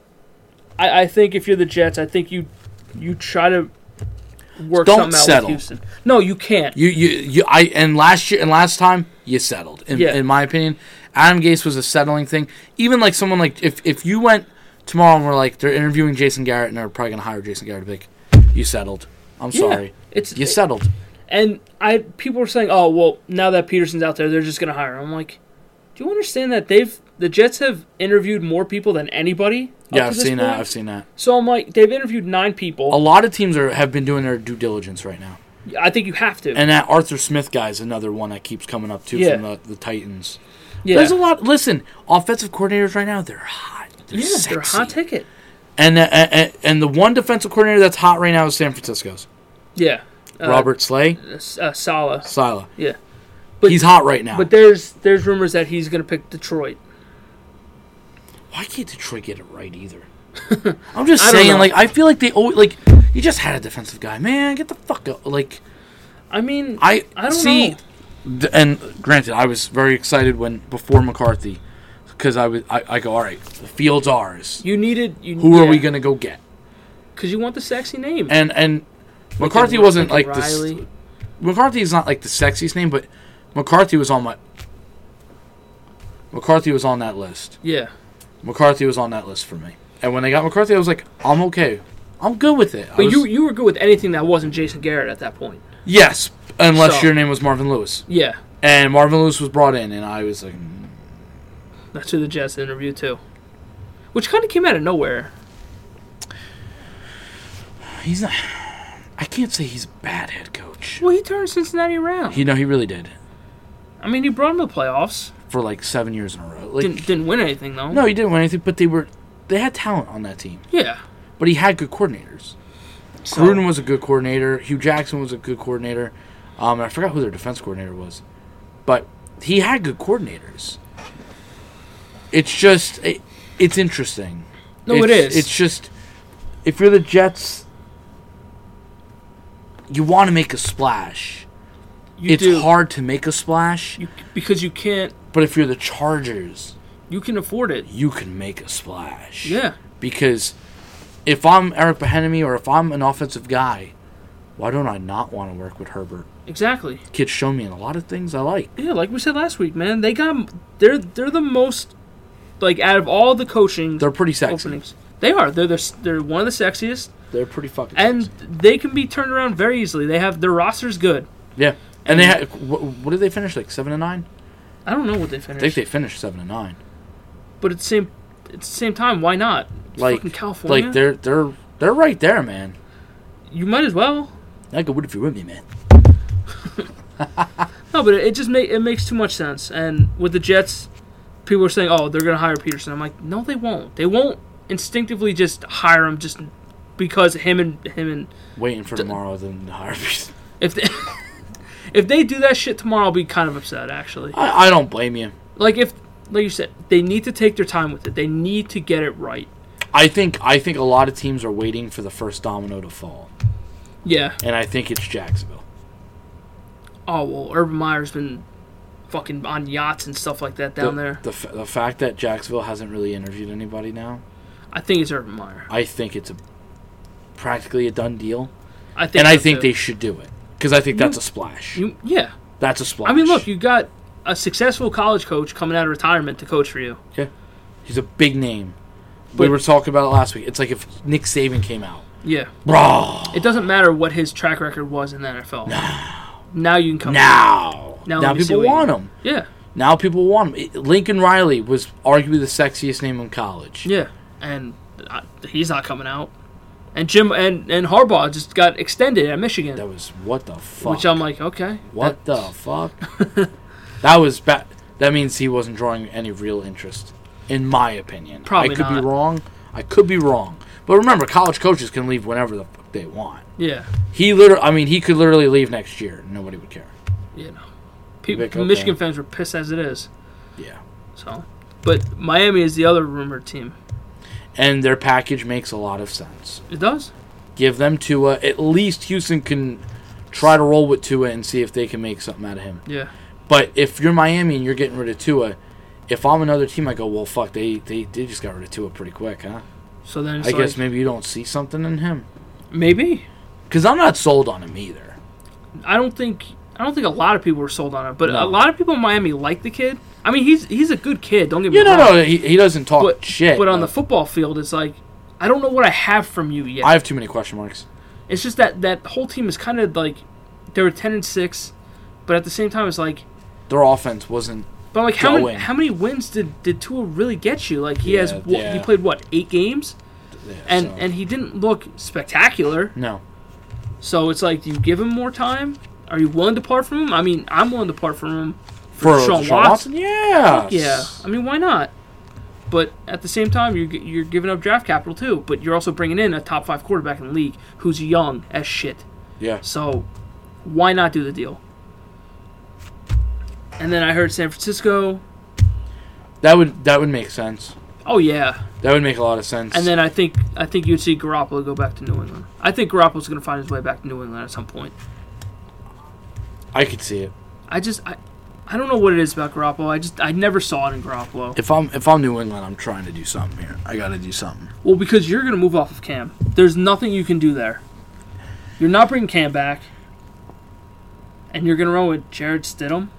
B: I, I think if you're the Jets, I think you you try to work
A: Don't
B: something out
A: settle.
B: with Houston. No, you can't.
A: You, you, you, I, and last year and last time you settled. In,
B: Yeah.
A: in my opinion, Adam Gase was a settling thing. Even like someone like if if you went tomorrow and we're like they're interviewing Jason Garrett and they're probably gonna hire Jason Garrett, I'd be like, you settled. I'm sorry,
B: it's-
A: you settled.
B: And I people were saying, "Oh, well, now that Peterson's out there, they're just going to hire him." I'm like, "Do you understand that they've the Jets have interviewed more people than anybody?" up
A: Yeah,
B: to
A: I've
B: this
A: seen that.
B: point?
A: I've seen that.
B: So I'm like, they've interviewed nine
A: A
B: people.
A: lot of teams are have been doing their due diligence right now,
B: I think you have to.
A: and that Arthur Smith guy is another one that keeps coming up too
B: Yeah.
A: from the, the Titans.
B: yeah,
A: There's a lot. Listen, offensive coordinators right now they're hot. They're
B: yeah, they're a hot
A: sexy.
B: ticket.
A: and, uh, and and the one defensive coordinator that's hot right now is San Francisco's.
B: Yeah, uh,
A: Robert Slay,
B: uh, Sala.
A: Sila.
B: Yeah, but
A: He's hot right now.
B: but there's there's rumors that he's going to pick Detroit.
A: why can't Detroit get it right
B: [LAUGHS]
A: either? I'm just
B: I don't
A: saying,
B: know.
A: like, I feel like they always like you just had a defensive guy, man. Get the fuck up. Like,
B: I mean,
A: I
B: I don't
A: see,
B: know.
A: th- and granted, I was very excited when before McCarthy, because I was I, I go, all right, the field's ours.
B: you needed you.
A: Who are we gonna go get?
B: Because you want the sexy name.
A: And and McCarthy wasn't like
B: Lincoln
A: this.
B: Riley.
A: McCarthy is not like the sexiest name, but McCarthy was on my. McCarthy was on that list.
B: Yeah,
A: McCarthy was on that list for me. And when they got McCarthy, I was like, I'm okay. I'm good with it. I
B: but
A: was-
B: you you were good with anything that wasn't Jason Garrett at that point.
A: yes, unless
B: So-
A: your name was Marvin Lewis.
B: Yeah,
A: And Marvin Lewis was brought in, and I was like, mm.
B: That's who the Jets interviewed too, which kind of came out of nowhere.
A: he's not. I can't say he's a bad head coach.
B: Well, he turned Cincinnati around.
A: You know, he really did
B: I mean, he brought him to the playoffs.
A: for like seven years in a row. Like,
B: Didn't didn't win anything though.
A: no, he didn't win anything, but they were they had talent on that team.
B: Yeah.
A: But he had good coordinators.
B: So,
A: Gruden was a good coordinator. Hugh Jackson was a good coordinator. Um, and I forgot who their defense coordinator was, but he had good coordinators. It's just it, it's interesting.
B: No,
A: it's,
B: it is.
A: It's just if you're the Jets, you want to make a splash.
B: you
A: it's
B: do,
A: hard to make a splash,
B: You, because you can't.
A: but if you're the Chargers,
B: You can afford it.
A: you can make a splash.
B: Yeah.
A: Because if I'm Eric Bieniemy or if I'm an offensive guy, why don't I not want to work with Herbert?
B: Exactly.
A: Kid's shown me a lot of things I like.
B: Yeah, like we said last week, man. They got. They're they're the most. Like out of all the coaching
A: They're pretty sexy.
B: openings, they are. They're the, they're one of the sexiest,
A: They're pretty fucking.
B: and
A: sexy.
B: they can be turned around very easily. They have their roster's good.
A: yeah, and, they had what, what did they finish like seven and nine?
B: I don't know what they
A: I
B: finished,
A: think they finished seven and nine.
B: but at the same at the same time, why not? It's
A: Like
B: fucking California,
A: Like they're they're they're right there, man.
B: you might as well.
A: Like what if you're with me, man?
B: No, but it, it just make it makes too much sense. And with the Jets, people are saying, "Oh, they're going to hire Peterson." I'm like, "No, they won't. They won't instinctively just hire him just because him and him and
A: Waiting for tomorrow, then the hire people.
B: if they [LAUGHS] if they do that shit tomorrow, I'll be kind of upset actually.
A: I, I don't blame you.
B: Like if like you said, they need to take their time with it. They need to get it right.
A: I think I think a lot of teams are waiting for the first domino to fall,
B: Yeah.
A: and I think it's Jacksonville.
B: Oh well, Urban Meyer's been fucking on yachts and stuff like that down
A: the,
B: there.
A: The, f- the fact that Jacksonville hasn't really interviewed anybody now,
B: I think it's Urban Meyer.
A: I think it's a practically a done deal,
B: I think.
A: and I
B: so,
A: think
B: too.
A: they should do it because I think that's a splash.
B: You, yeah.
A: that's a splash.
B: I mean, look, you got a successful college coach coming out of retirement to coach for you.
A: he's a big name. we
B: But-
A: were talking about it last week. It's like if Nick Saban came out,
B: Yeah.
A: bro.
B: It doesn't matter what his track record was in the NFL. Now you can come.
A: Now,
B: Now
A: now,
B: let me see
A: people
B: what you-
A: want him.
B: Yeah.
A: Now people want him. It- Lincoln Riley was arguably the sexiest name in college.
B: Yeah. And I, he's not coming out. And Jim and and Harbaugh just got extended at Michigan,
A: That was what the fuck.
B: which I'm like, okay.
A: What
B: that- [LAUGHS]
A: the fuck? that was bad. That means he wasn't drawing any real interest, in my opinion.
B: Probably
A: I could
B: not.
A: be wrong. I could be wrong. But remember, college coaches can leave whenever the fuck they want.
B: Yeah.
A: He literally, I mean, he could literally leave next year. and Nobody would care.
B: You know. People,
A: Vic, okay.
B: Michigan fans were pissed as it is.
A: Yeah.
B: So, but Miami is the other rumored team.
A: And their package makes a lot of sense.
B: It does.
A: Give them Tua. At least Houston can try to roll with Tua and see if they can make something out of him.
B: Yeah.
A: But if you're Miami and you're getting rid of Tua, if I'm another team, I go, well, fuck, they, they, they just got rid of Tua pretty quick, huh?
B: So then it's
A: I
B: like,
A: guess maybe you don't see something in him.
B: maybe
A: Because I'm not sold on him either.
B: I don't think I don't think a lot of people were sold on him, but a
A: No.
B: lot of people in Miami like the kid. I mean, he's he's a good kid. Don't get me
A: Yeah, no,
B: wrong.
A: no, he, he doesn't talk
B: but
A: shit.
B: But on the
A: uh,
B: football field, it's like I don't know what I have from you yet.
A: I have too many question marks.
B: it's just that that whole team is kind of like they were ten and six, but at the same time, it's like.
A: Their offense wasn't.
B: But like, how many,
A: Going.
B: how many wins did, did Tua really get you? Like he has
A: Yeah,
B: wha- he
A: yeah.
B: played what eight games,
A: Yeah,
B: and
A: so-
B: and he didn't look spectacular.
A: no,
B: So it's like, do you give him more time? Are you willing to part from him? I mean, I'm willing to part from him
A: for
B: Deshaun
A: Sean,
B: Watson?
A: Watson, yeah,
B: Yeah, I mean, why not? But at the same time, you're, you're giving up draft capital too. But you're also bringing in a top five quarterback in the league who's young as shit.
A: yeah.
B: So why not do the deal? And then I heard San Francisco.
A: That would that would make sense.
B: Oh yeah.
A: That would make a lot of sense.
B: And then I think I think you'd see Garoppolo go back to New England. I think Garoppolo's going to find his way back to New England at some point.
A: I could see it.
B: I just I, I don't know what it is about Garoppolo. I just I never saw it in Garoppolo.
A: If I'm if I'm New England, I'm trying to do something here. I got to do something.
B: Well, because you're going to move off of Cam. There's nothing you can do there. You're not bringing Cam back, and you're going to run with Jared Stidham.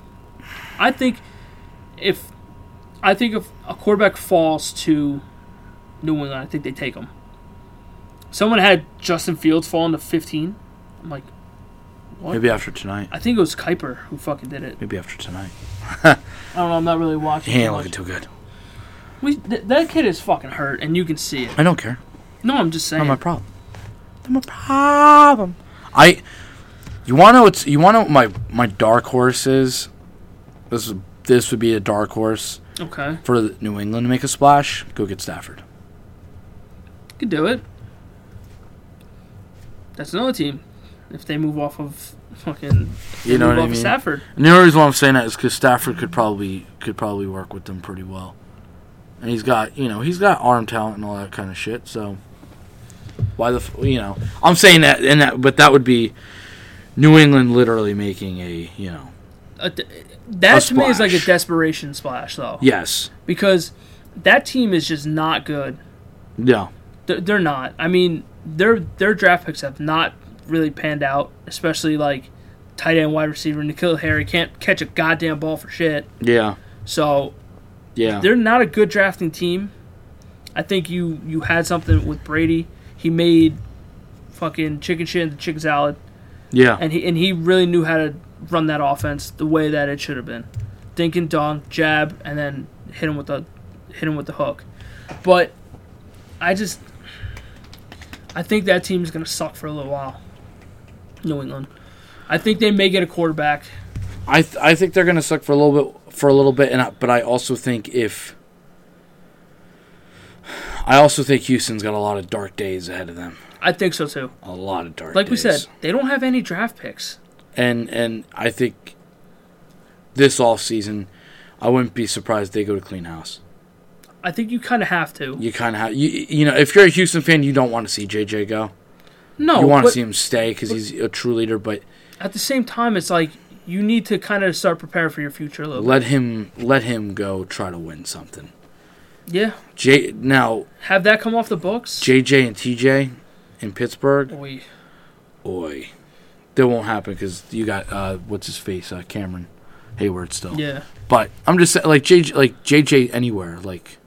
B: I think if I think if a quarterback falls to New England, I think they take him. Someone had Justin Fields falling to 15. I'm like,
A: Maybe after tonight.
B: I think it was Kuiper who fucking did it.
A: Maybe after tonight.
B: I don't know. I'm not really watching.
A: He
B: too
A: ain't
B: much.
A: looking too good.
B: We, th- that kid is fucking hurt, and you can see it.
A: I don't care.
B: No, I'm just saying.
A: Not my problem. I'm a problem. I. You want to? It's you want to. My my dark horse is. This is this would be a dark horse
B: Okay,
A: for New England to make a splash. Go get Stafford.
B: could do it. That's another team. If they move off of fucking,
A: You
B: they
A: know
B: move
A: what I
B: off of
A: mean?
B: Stafford.
A: And the only reason why I'm saying that is because Stafford could probably could probably work with them pretty well, and he's got you know he's got arm talent and all that kind of shit. So why the f- you know I'm saying that and that but that would be New England literally making a you know
B: A de- that
A: A
B: to me is like a
A: splash.
B: desperation splash, though,
A: yes
B: because that team is just not good.
A: yeah
B: They're, they're not. I mean, their their draft picks have not really panned out, especially like tight end, wide receiver. Nikhil Harry can't catch a goddamn ball for shit.
A: yeah
B: So
A: yeah
B: they're not a good drafting team. I think you you had something with Brady. He made fucking chicken shit into chicken salad,
A: yeah
B: and he and he really knew how to run that offense the way that it should have been. Dink and dong, jab, and then hit him with the hit him with the hook. But I just I think that team's gonna suck for a little while. New England. I think they may get a quarterback.
A: I th- I think they're gonna suck for a little bit for a little bit and I, but I also think if I also think Houston's got a lot of dark days ahead of them
B: I think so too.
A: a lot of dark
B: Like we
A: days.
B: said, they don't have any draft picks.
A: and and I think this off season, I wouldn't be surprised they go to clean house.
B: I think you kind of have to.
A: You kind of have you you know if you're a Houston fan, you don't want to see JJ go.
B: No,
A: You want to
B: but
A: see him stay because he's a true leader. But
B: at the same time, it's like you need to kind of start preparing for your future a little. bit.
A: let him let him go try to win something.
B: Yeah,
A: J now
B: have that come off the books.
A: JJ and TJ in Pittsburgh,
B: we
A: oi, that won't happen because you got uh what's his face uh, Cameron Hayward still.
B: yeah.
A: But I'm just saying, like JJ, like JJ anywhere. Like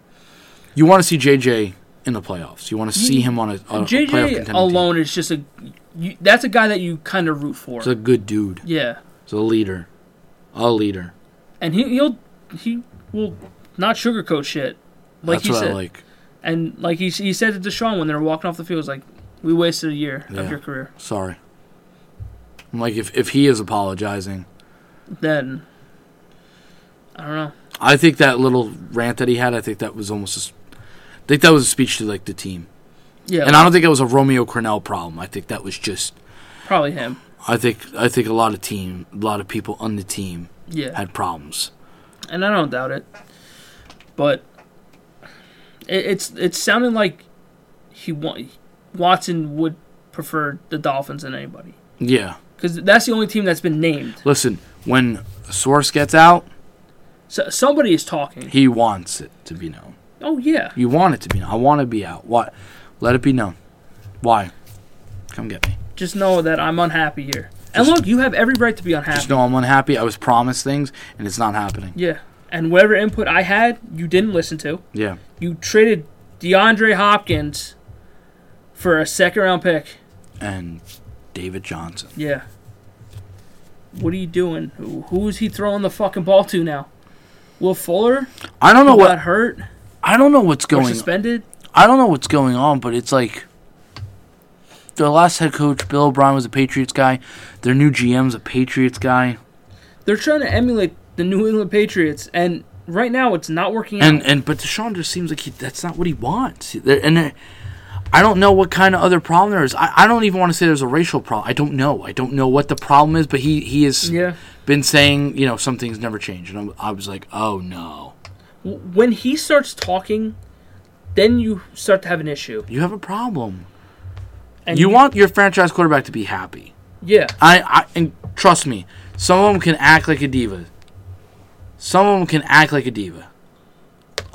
A: you want to see JJ in the playoffs. You want to see him on a, a, a Uh, playoff
B: JJ
A: contending
B: alone is just a. You, that's a guy that you kind of root for.
A: Team. He's a good dude.
B: yeah,
A: He's a leader. A leader.
B: and he he'll he will not sugarcoat shit. Like
A: That's
B: he
A: what
B: said,
A: I like.
B: and like he he said to Deshaun when they were walking off the field, he was like, "We wasted a year
A: Yeah.
B: of your career."
A: Sorry. I'm like if if he is apologizing,
B: Then I don't know.
A: I think that little rant that he had, I think that was almost. a s I think that was a speech to like the team,
B: Yeah,
A: and I don't think it was a Romeo Cornell problem. I think that was just.
B: probably him.
A: I think I think a lot of team, a lot of people on the team
B: Yeah,
A: had problems.
B: and I don't doubt it. But it, it's it's sounding like he wa- Watson would prefer the Dolphins than anybody
A: Yeah.
B: because that's the only team that's been named.
A: Listen, when a source gets out,
B: So somebody is talking.
A: he wants it to be known.
B: Oh yeah,
A: You want it to be known. I want to be out. Why? Let it be known. Why? Come get me.
B: just know that I'm unhappy here. And look, you have every right to be
A: Just
B: unhappy.
A: know I'm unhappy. I was promised things, and it's not happening.
B: Yeah, and whatever input I had, you didn't listen to.
A: Yeah.
B: You traded DeAndre Hopkins for a second round pick.
A: And David Johnson.
B: Yeah. What are you doing? Who, who is he throwing the fucking ball to now? Will Fuller
A: I don't know
B: got
A: what.
B: hurt
A: I don't know what's
B: or
A: Oh, going.
B: suspended?
A: I don't know what's going on, but it's like. Their last head coach, Bill O'Brien, was a Patriots guy. Their new GM's a Patriots guy.
B: They're trying to emulate the New England Patriots, and right now it's not working
A: And
B: out.
A: and but Deshaun just seems like he, that's not what he wants. There- And there- I don't know what kind of other problem there is. I, I don't even want to say there's a racial problem. I don't know. I don't know what the problem is. But he he has
B: Yeah.
A: been saying you know something's never changed, and i I was like, oh no,
B: W- When he starts talking, then you start to have an issue.
A: you have a problem.
B: And
A: you want your franchise quarterback to be happy.
B: yeah,
A: I, I and trust me, some of them can act like a diva. Some of them can act like a diva.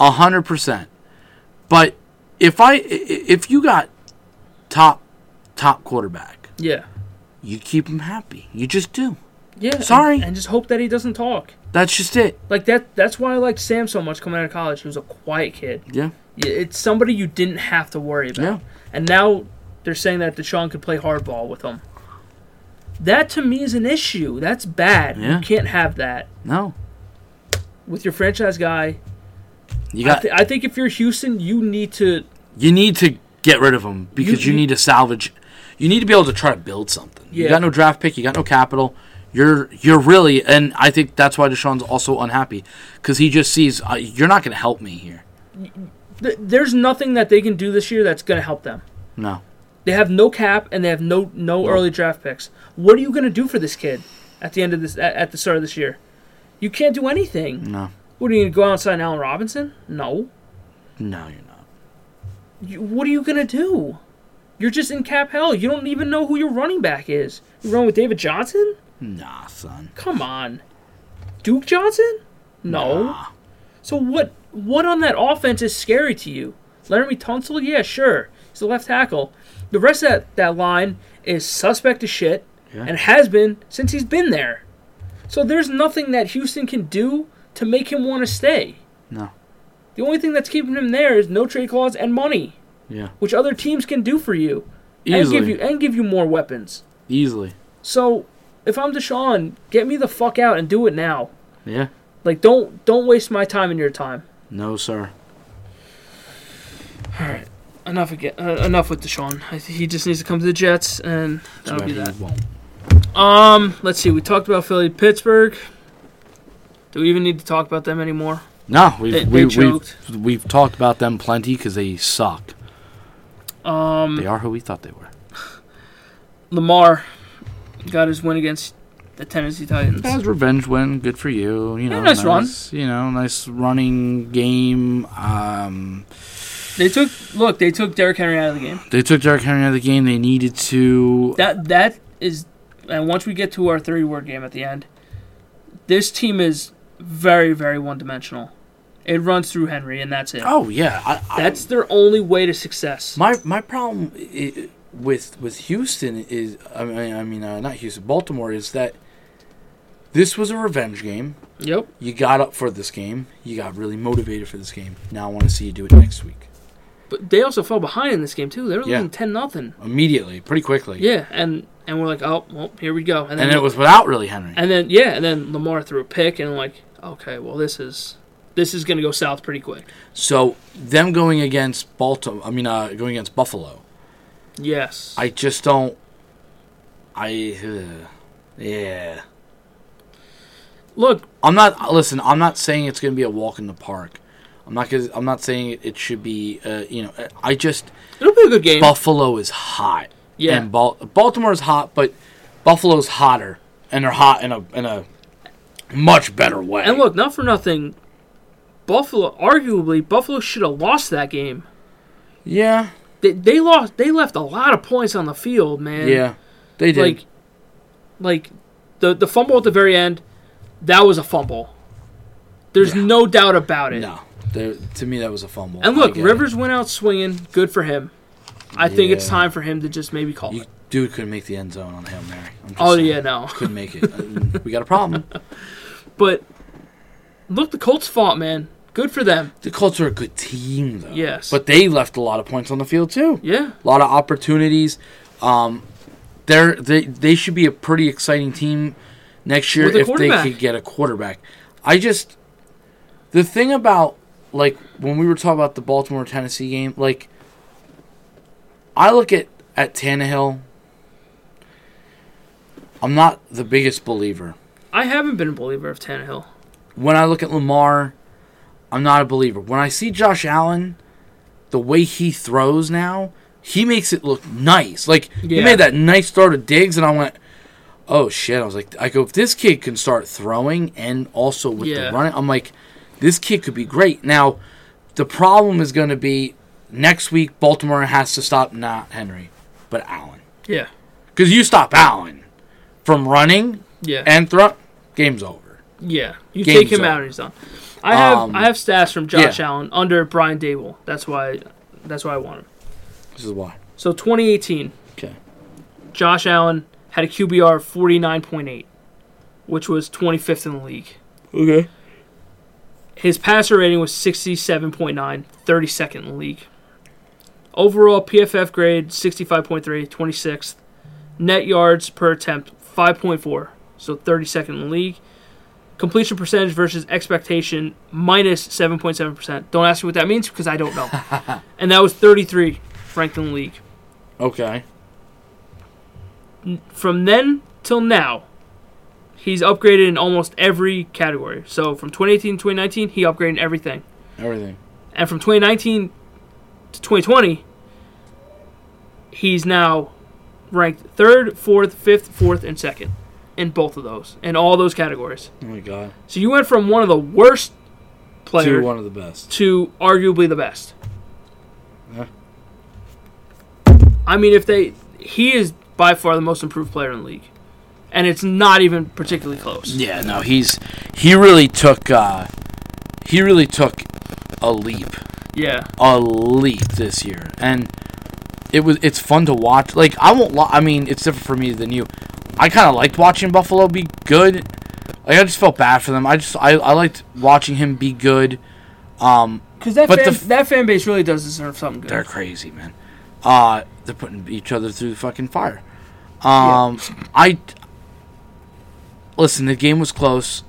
A: A hundred percent. But if I i- if you got top top quarterback,
B: yeah,
A: you keep him happy. You just do.
B: yeah. and-
A: Sorry.
B: and, just hope that he doesn't talk.
A: That's just it.
B: Like that. That's why I liked Sam so much coming out of college. He was a quiet kid.
A: Yeah.
B: Yeah, It's somebody you didn't have to worry about.
A: Yeah.
B: And now they're saying that Deshaun could play hardball with him. That to me is an issue. That's bad.
A: Yeah.
B: You can't have that
A: No.
B: with your franchise guy.
A: You
B: I,
A: got
B: th- I think if you're Houston, you need to.
A: you need to get rid of him because you,
B: you-
A: need to salvage you need to be able to try to build something. You
B: Yeah.
A: got no draft pick. You got no capital. You're you're really, and I think that's why Deshaun's also unhappy because he just sees uh, you're not going to help me here.
B: Th- there's nothing that they can do this year that's going to help them.
A: No,
B: They have no cap and they have no no early draft picks. What are you going to do for this kid at the end of this at, at the start of this year? You can't do anything.
A: no,
B: What are you going to go outside Allen Robinson? No.
A: no, you're not.
B: You, what are you going to do? You're just in cap hell. You don't even know who your running back is. You're running with David Johnson?
A: Nah, son.
B: Come on. Duke Johnson? No.
A: Nah.
B: So what what on that offense is scary to you? Laramie Tunsil? Yeah, sure. He's the left tackle. The rest of that, that line is suspect as shit
A: Yeah.
B: and has been since he's been there. So there's nothing that Houston can do to make him want to stay.
A: No.
B: The only thing that's keeping him there is no trade clause and money,
A: Yeah.
B: which other teams can do for you. And
A: Easily.
B: give you and give you more weapons.
A: Easily.
B: So if I'm Deshaun, get me the fuck out and do it now.
A: Yeah.
B: Like don't don't waste my time and your time.
A: No, sir.
B: All right, enough again. Uh, enough with Deshaun. I th- he just needs to come to the Jets, and that'll be that.
A: He won't.
B: Um, let's see. We talked about Philly, Pittsburgh. Do we even need to talk about them anymore?
A: No, we've
B: They- they
A: we,
B: choked.
A: we've we've talked about them plenty because they suck.
B: Um,
A: They are who we thought they were.
B: Lamar got his win against the Tennessee Titans.
A: That was revenge win. Good for you. You know,
B: Yeah, nice run.
A: You know, nice running game. Um,
B: They took look. They took Derrick Henry out of the game.
A: they took Derrick Henry out of the game. They needed to.
B: That that is, and once we get to our three-word game at the end, this team is very very one-dimensional. It runs through Henry, and that's it.
A: oh yeah, I, I-
B: That's their only way to success.
A: my my problem i with with Houston is I mean I mean uh, not Houston Baltimore is that this was a revenge game.
B: Yep.
A: You got up for this game. You got really motivated for this game. Now I want to see you do it next week
B: But they also fell behind in this game too. They were
A: Yeah.
B: leading ten nothing.
A: immediately, pretty quickly.
B: Yeah, and and we're like, oh well, here we go. And then
A: and it was without really Henry.
B: and then yeah, and then Lamar threw a pick, and like, okay, well this is this is gonna go south pretty quick.
A: So them going against Baltimore, I mean, uh, going against Buffalo,
B: Yes.
A: I just don't. I uh, yeah.
B: Look,
A: I'm not listen. I'm not saying it's going to be a walk in the park. I'm not. Gonna, I'm not saying it, it should be. Uh, you know, I just
B: it'll be a good game.
A: Buffalo is hot.
B: Yeah.
A: And Bal- Baltimore is hot, but Buffalo's hotter, and they're hot in a in a much better way.
B: and look, not for nothing, Buffalo arguably Buffalo should have lost that game.
A: yeah,
B: They, they lost. They left a lot of points on the field, man.
A: yeah, they did.
B: like like the the fumble at the very end that was a fumble there's no doubt about it
A: no, They- to me that was a fumble.
B: and
A: I
B: look
A: get it.
B: rivers went out swinging good for him i think it's
A: Yeah.
B: time for him to just maybe call
A: You,
B: it
A: dude couldn't make the end zone on Hail Mary. I'm just
B: oh
A: saying.
B: yeah no
A: Couldn't make it. Uh, we got a
B: [LAUGHS]
A: problem.
B: but look the colts fault man good for them
A: The Colts are a good team, though.
B: Yes.
A: But they left a lot of points on the field, too.
B: yeah
A: A lot of opportunities. Um, they're, they they should be a pretty exciting team next year
B: With a
A: if they
B: quarterback.
A: could get a quarterback. I just the thing about like when we were talking about the Baltimore Tennessee game, like I look at at Tannehill. I'm not the biggest believer.
B: i haven't been a believer of Tannehill.
A: when I look at Lamar, I'm not a believer. When I see Josh Allen, the way he throws now, he makes it look nice. Like he
B: Yeah.
A: made that nice throw to Diggs, and I went, "Oh shit!" I was like, "I go if this kid can start throwing and also with
B: Yeah.
A: the running, I'm like, this kid could be great." Now, the problem is going to be next week. Baltimore has to stop not Henry, but Allen,
B: yeah
A: because you stop Allen from running
B: yeah
A: and throw, game's over.
B: yeah you
A: Game's
B: take him
A: over.
B: out and he's done i have
A: Um,
B: i have stats from josh
A: yeah.
B: allen under brian dable that's why that's why i want him
A: This is why.
B: so 2018
A: Okay.
B: Josh Allen had a QBR of 49.8, which was 25th in the league.
A: Okay.
B: His passer rating was 67.9, 32nd in the league. Overall PFF grade 65.3, 26th. Net yards per attempt 5.4, so 32nd in the league. Completion percentage versus expectation minus 7.7%. Don't ask me what that means because I don't know. and that was 33, ranked in the league.
A: Okay.
B: from then till now, he's upgraded in almost every category. So from 2018 to 2019, he upgraded in everything.
A: Everything.
B: And from 2019 to 2020, he's now ranked third, fourth, fifth, fourth, and second in both of those, in all those categories.
A: Oh my god.
B: So you went from one of the worst
A: Two
B: players
A: one of the best.
B: to arguably the best.
A: Yeah.
B: I mean, if they, he is by far the most improved player in the league, and it's not even particularly close.
A: Yeah, no, he's he really took uh he really took a leap.
B: Yeah,
A: a leap this year, and it was it's fun to watch. Like I won't. Li- I mean, it's different for me than you. I kind of liked watching Buffalo be good. Like I just felt bad for them. I just I, I liked watching him be good. Um,
B: because that
A: But
B: fan,
A: the f-
B: that fan base really does deserve something
A: they're
B: good.
A: crazy, man. Uh, they're putting each other through the fucking fire. Um, I listen. The game was close.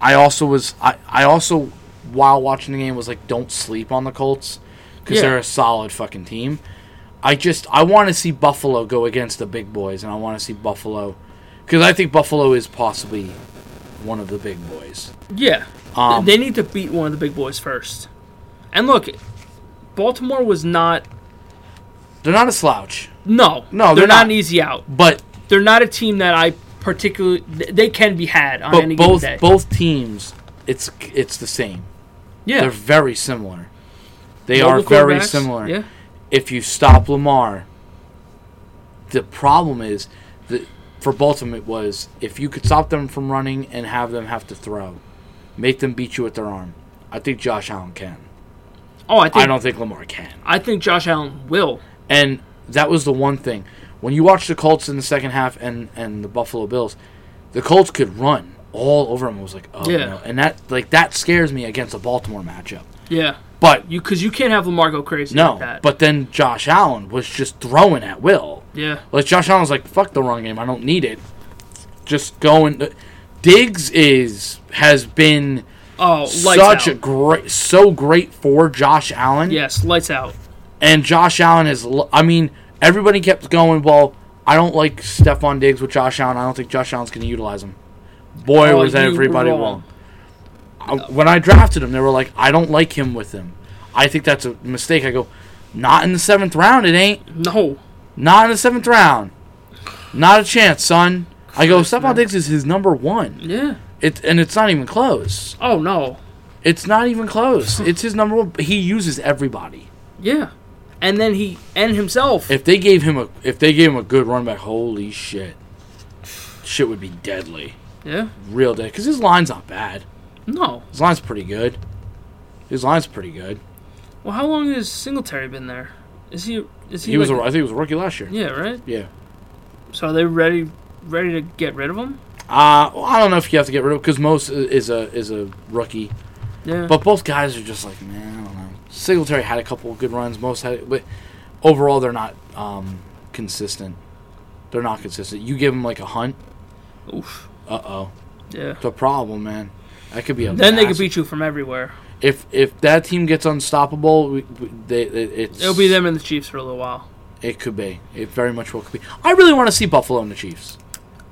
A: I also was. I, I also while watching the game was like, don't sleep on the Colts because
B: Yeah.
A: they're a solid fucking team. I just I want to see Buffalo go against the big boys, and I want to see Buffalo because I think Buffalo is possibly one of the big boys.
B: Yeah,
A: Um,
B: they need to beat one of the big boys first. And look, Baltimore was not.
A: They're not a slouch,
B: No,
A: No,
B: they're,
A: they're
B: not
A: not.
B: an easy out.
A: but
B: They're not a team that I particularly. th- They can be had on any
A: but both
B: given day.
A: both teams, it's it's the same.
B: yeah,
A: They're very similar. They
B: Mobile
A: are very
B: quarterbacks,
A: similar.
B: Yeah,
A: If you stop Lamar, the problem is that for Baltimore it was if you could stop them from running and have them have to throw, make them beat you with their arm. I think Josh Allen can.
B: Oh, I think
A: I don't think Lamar can.
B: I think Josh Allen will.
A: And that was the one thing. When you watch the Colts in the second half and, and the Buffalo Bills, the Colts could run all over them. I was like, oh
B: Yeah.
A: no. And that like that scares me against a Baltimore matchup.
B: Yeah,
A: But
B: you because you can't have Lamar go crazy.
A: No,
B: like that.
A: but then Josh Allen was just throwing at will.
B: yeah,
A: Like Josh Allen was like, "Fuck the run game, I don't need it." Just going. uh, Diggs is has been
B: oh, lights
A: such
B: out.
A: a great, so great for Josh Allen,
B: yes, lights out.
A: and Josh Allen is. l- I mean, everybody kept going. Well, I don't like Stephon Diggs with Josh Allen. I don't think Josh Allen's going to utilize him. Boy,
B: Oh,
A: was
B: you were
A: everybody
B: wrong.
A: wrong. I- when I drafted him, they were like, "I don't like him with him." I think that's a mistake. I go, "Not in the seventh round. It ain't."
B: No,
A: Not in the seventh round. Not a chance, son. I go, Stephon
B: man.
A: Diggs is his number one.
B: yeah,
A: It, and it's not even close.
B: oh no,
A: It's not even close. It's his number one. but He uses everybody.
B: yeah, and then he and himself.
A: If they gave him a if they gave him a good run back, holy shit. Shit would be deadly.
B: yeah,
A: Real dead. Because his line's not bad.
B: no.
A: His line's pretty good. His line's pretty good.
B: Well, how long has Singletary been there? Is he? Is he?
A: He was a,
B: like-
A: I think he was a rookie last year.
B: Yeah, right.
A: Yeah.
B: So are they ready, ready to get rid of him?
A: Uh, well, I don't know if you have to get rid of because most is a is a rookie.
B: Yeah.
A: But both guys are just like, man, I don't know. Singletary had a couple of good runs. Most had, but overall, they're not um, consistent. They're not consistent. You give them like a hunt.
B: Oof.
A: Uh oh,
B: Yeah.
A: it's a problem, man. That could be a.
B: Then they could
A: massive-
B: beat you from everywhere.
A: If if that team gets unstoppable, we, we, they, it, it's
B: It'll be them and the Chiefs for a little while.
A: It could be. It very much well could be. I really want to see Buffalo and the Chiefs.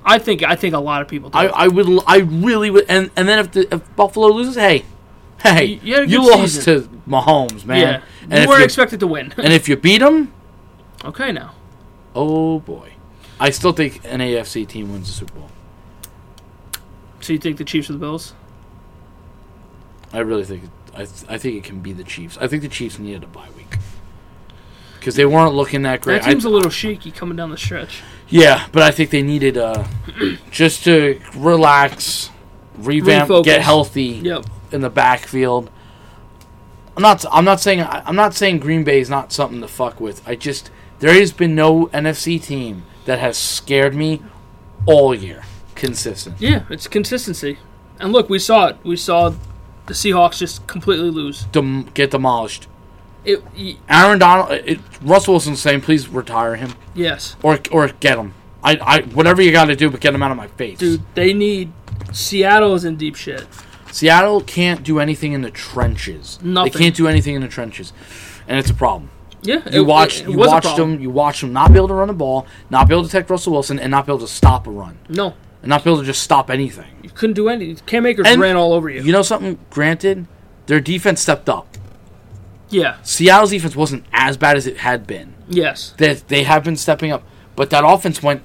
B: I think. I think a lot of people. Do.
A: I, oh, I would. l- I really would. And and then if the if Buffalo loses, hey, hey,
B: You- you had a good
A: lost
B: season.
A: to Mahomes,
B: yeah.
A: man. And
B: you were
A: if you,
B: expected to win.
A: [LAUGHS] and if you beat him.
B: [LAUGHS] okay, now.
A: Oh boy. I still think an AFC team wins the Super Bowl.
B: So you think the Chiefs or the Bills?
A: I really think I, th- I think it can be the Chiefs. I think the Chiefs needed a bye week. Cuz they weren't looking that great.
B: That team's
A: I-
B: a little shaky coming down the stretch.
A: yeah, but I think they needed uh [CLEARS THROAT] just to relax, revamp,
B: Refocus.
A: get healthy
B: Yep.
A: in the backfield. I'm not I'm not saying I- I'm not saying Green Bay is not something to fuck with. I just there has been no NFC team that has scared me all year consistent.
B: Yeah, it's consistency. And look, we saw it. We saw the Seahawks just completely lose.
A: Dem- get demolished.
B: It. y-
A: Aaron Donald, it, Russell Wilson's saying, please retire him
B: yes,
A: or or get him. I, I whatever you got to do, but get him out of my face.
B: dude. They need. Seattle is in deep shit.
A: Seattle can't do anything in the trenches.
B: Nothing.
A: They can't do anything in the trenches, and it's a problem.
B: Yeah,
A: You
B: it-
A: watched
B: it- it
A: you
B: was a
A: watched
B: problem.
A: him you watched him not be able to run the ball, not be able to protect Russell Wilson, and not be able to stop a run,
B: No,
A: and not be able to just stop anything.
B: you couldn't do anything. Cam Akers
A: And-
B: ran all over you.
A: You know something? Granted, their defense stepped up.
B: yeah.
A: Seattle's defense wasn't as bad as it had been.
B: Yes.
A: They they have been stepping up, but that offense went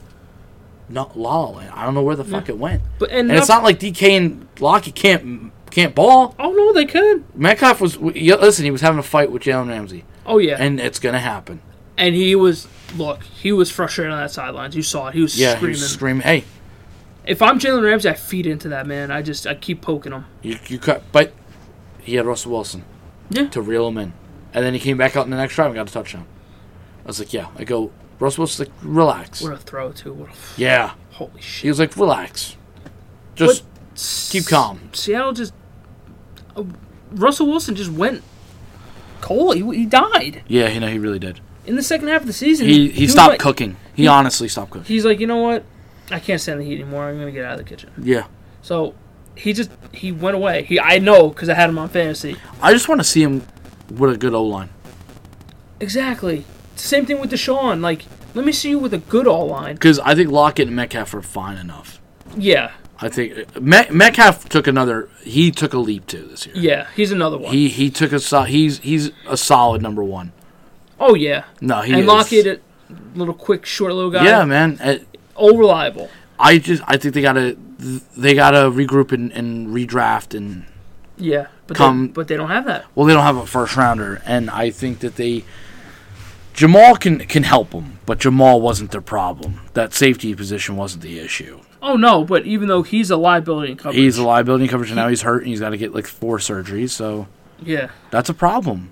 A: not lol. I don't know where the fuck it went.
B: But and,
A: And it's not like DK and Locke can't can't ball.
B: Oh no, they could.
A: Metcalf was yeah, listen. He was having a fight with Jalen Ramsey,
B: Oh yeah.
A: and
B: And,
A: it's gonna happen.
B: he was look, he was frustrated on that sidelines. You saw it. He was
A: Yeah, he
B: screaming.
A: was screaming. Hey,
B: if I'm Jalen Ramsey, I feed into that man. I just I keep poking him.
A: you you cut, but he had Russell Wilson
B: Yeah.
A: to reel him in, and then he came back out in the next drive and got a touchdown. I was like, yeah. I go, Russell Wilson's like, relax.
B: What a throw too. What a f-
A: Yeah,
B: holy
A: he
B: shit.
A: was like, relax. Just keep calm.
B: Seattle just uh, Russell Wilson just went cold. He, he died
A: yeah, you know he really did.
B: in the second half of the season.
A: He he
B: was
A: stopped
B: like-
A: cooking. He honestly stopped cooking.
B: He's like, you know what? I can't stand the heat anymore. I'm gonna get out of the kitchen.
A: Yeah,
B: So he just he went away. He I know because I had him on fantasy.
A: I just want to see him with a good O line.
B: Exactly. It's the same thing with Deshaun. Like, let me see you with a good all line.
A: Because I think Lockett and Metcalf are fine enough.
B: Yeah,
A: I think uh, Met, Metcalf took another. He took a leap too this year.
B: yeah. He's another one.
A: He he took a so, he's he's a solid number one.
B: oh yeah.
A: No, he
B: and
A: is.
B: Lockett, a little quick, short little guy.
A: Yeah, man. I,
B: All reliable.
A: I just I think they gotta they gotta regroup and, and redraft and
B: Yeah. But
A: Come-
B: they, but they don't have that.
A: well they don't have a first rounder and I think that they Jamal can can help them but Jamal wasn't their problem. That safety position wasn't the issue.
B: Oh no, but even though he's a liability in coverage.
A: He's a liability in coverage and now he's hurt and he's got to get like four surgeries so
B: yeah.
A: that's a problem.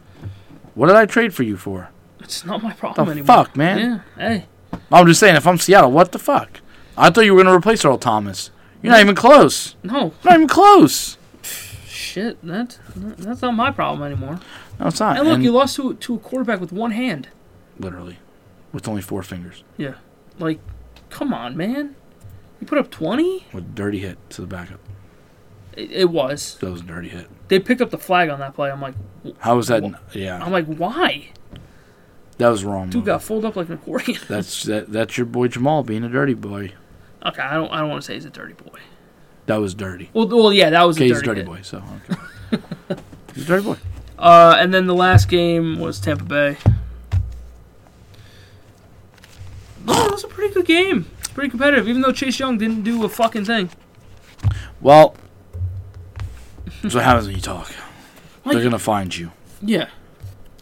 A: What did I trade for you for?
B: It's not my problem
A: The
B: anymore.
A: fuck, man.
B: Yeah. Hey.
A: I'm just saying, if I'm Seattle, what the fuck? I thought you were going to replace Earl Thomas. You're not even close.
B: No.
A: Not even close.
B: Shit. That that's not my problem anymore.
A: No, it's not.
B: And look,
A: And
B: you lost to to a quarterback with one hand.
A: literally, with only four fingers,
B: Yeah. Like, come on, man. You put up twenty.
A: with a dirty hit to the backup.
B: It, it was.
A: That was a dirty hit.
B: They picked up the flag on that play. I'm like,
A: How was that?
B: Wha-
A: yeah,
B: I'm like, why?
A: that was wrong.
B: Dude
A: move.
B: got folded up like an accordion.
A: That's that. That's your boy Jamal being a dirty boy.
B: [LAUGHS] okay, I don't. I don't want to say he's a dirty boy.
A: That was dirty.
B: Well, well, yeah, that was
A: Okay,
B: a
A: he's a
B: dirty,
A: dirty
B: hit.
A: boy. So okay. [LAUGHS] he's a dirty boy.
B: Uh, and then the last game was Tampa Bay. Oh, it was a pretty good game. It's pretty competitive, even though Chase Young didn't do a fucking thing.
A: Well, that's what happens when you talk. They're
B: Like-
A: gonna find you.
B: Yeah.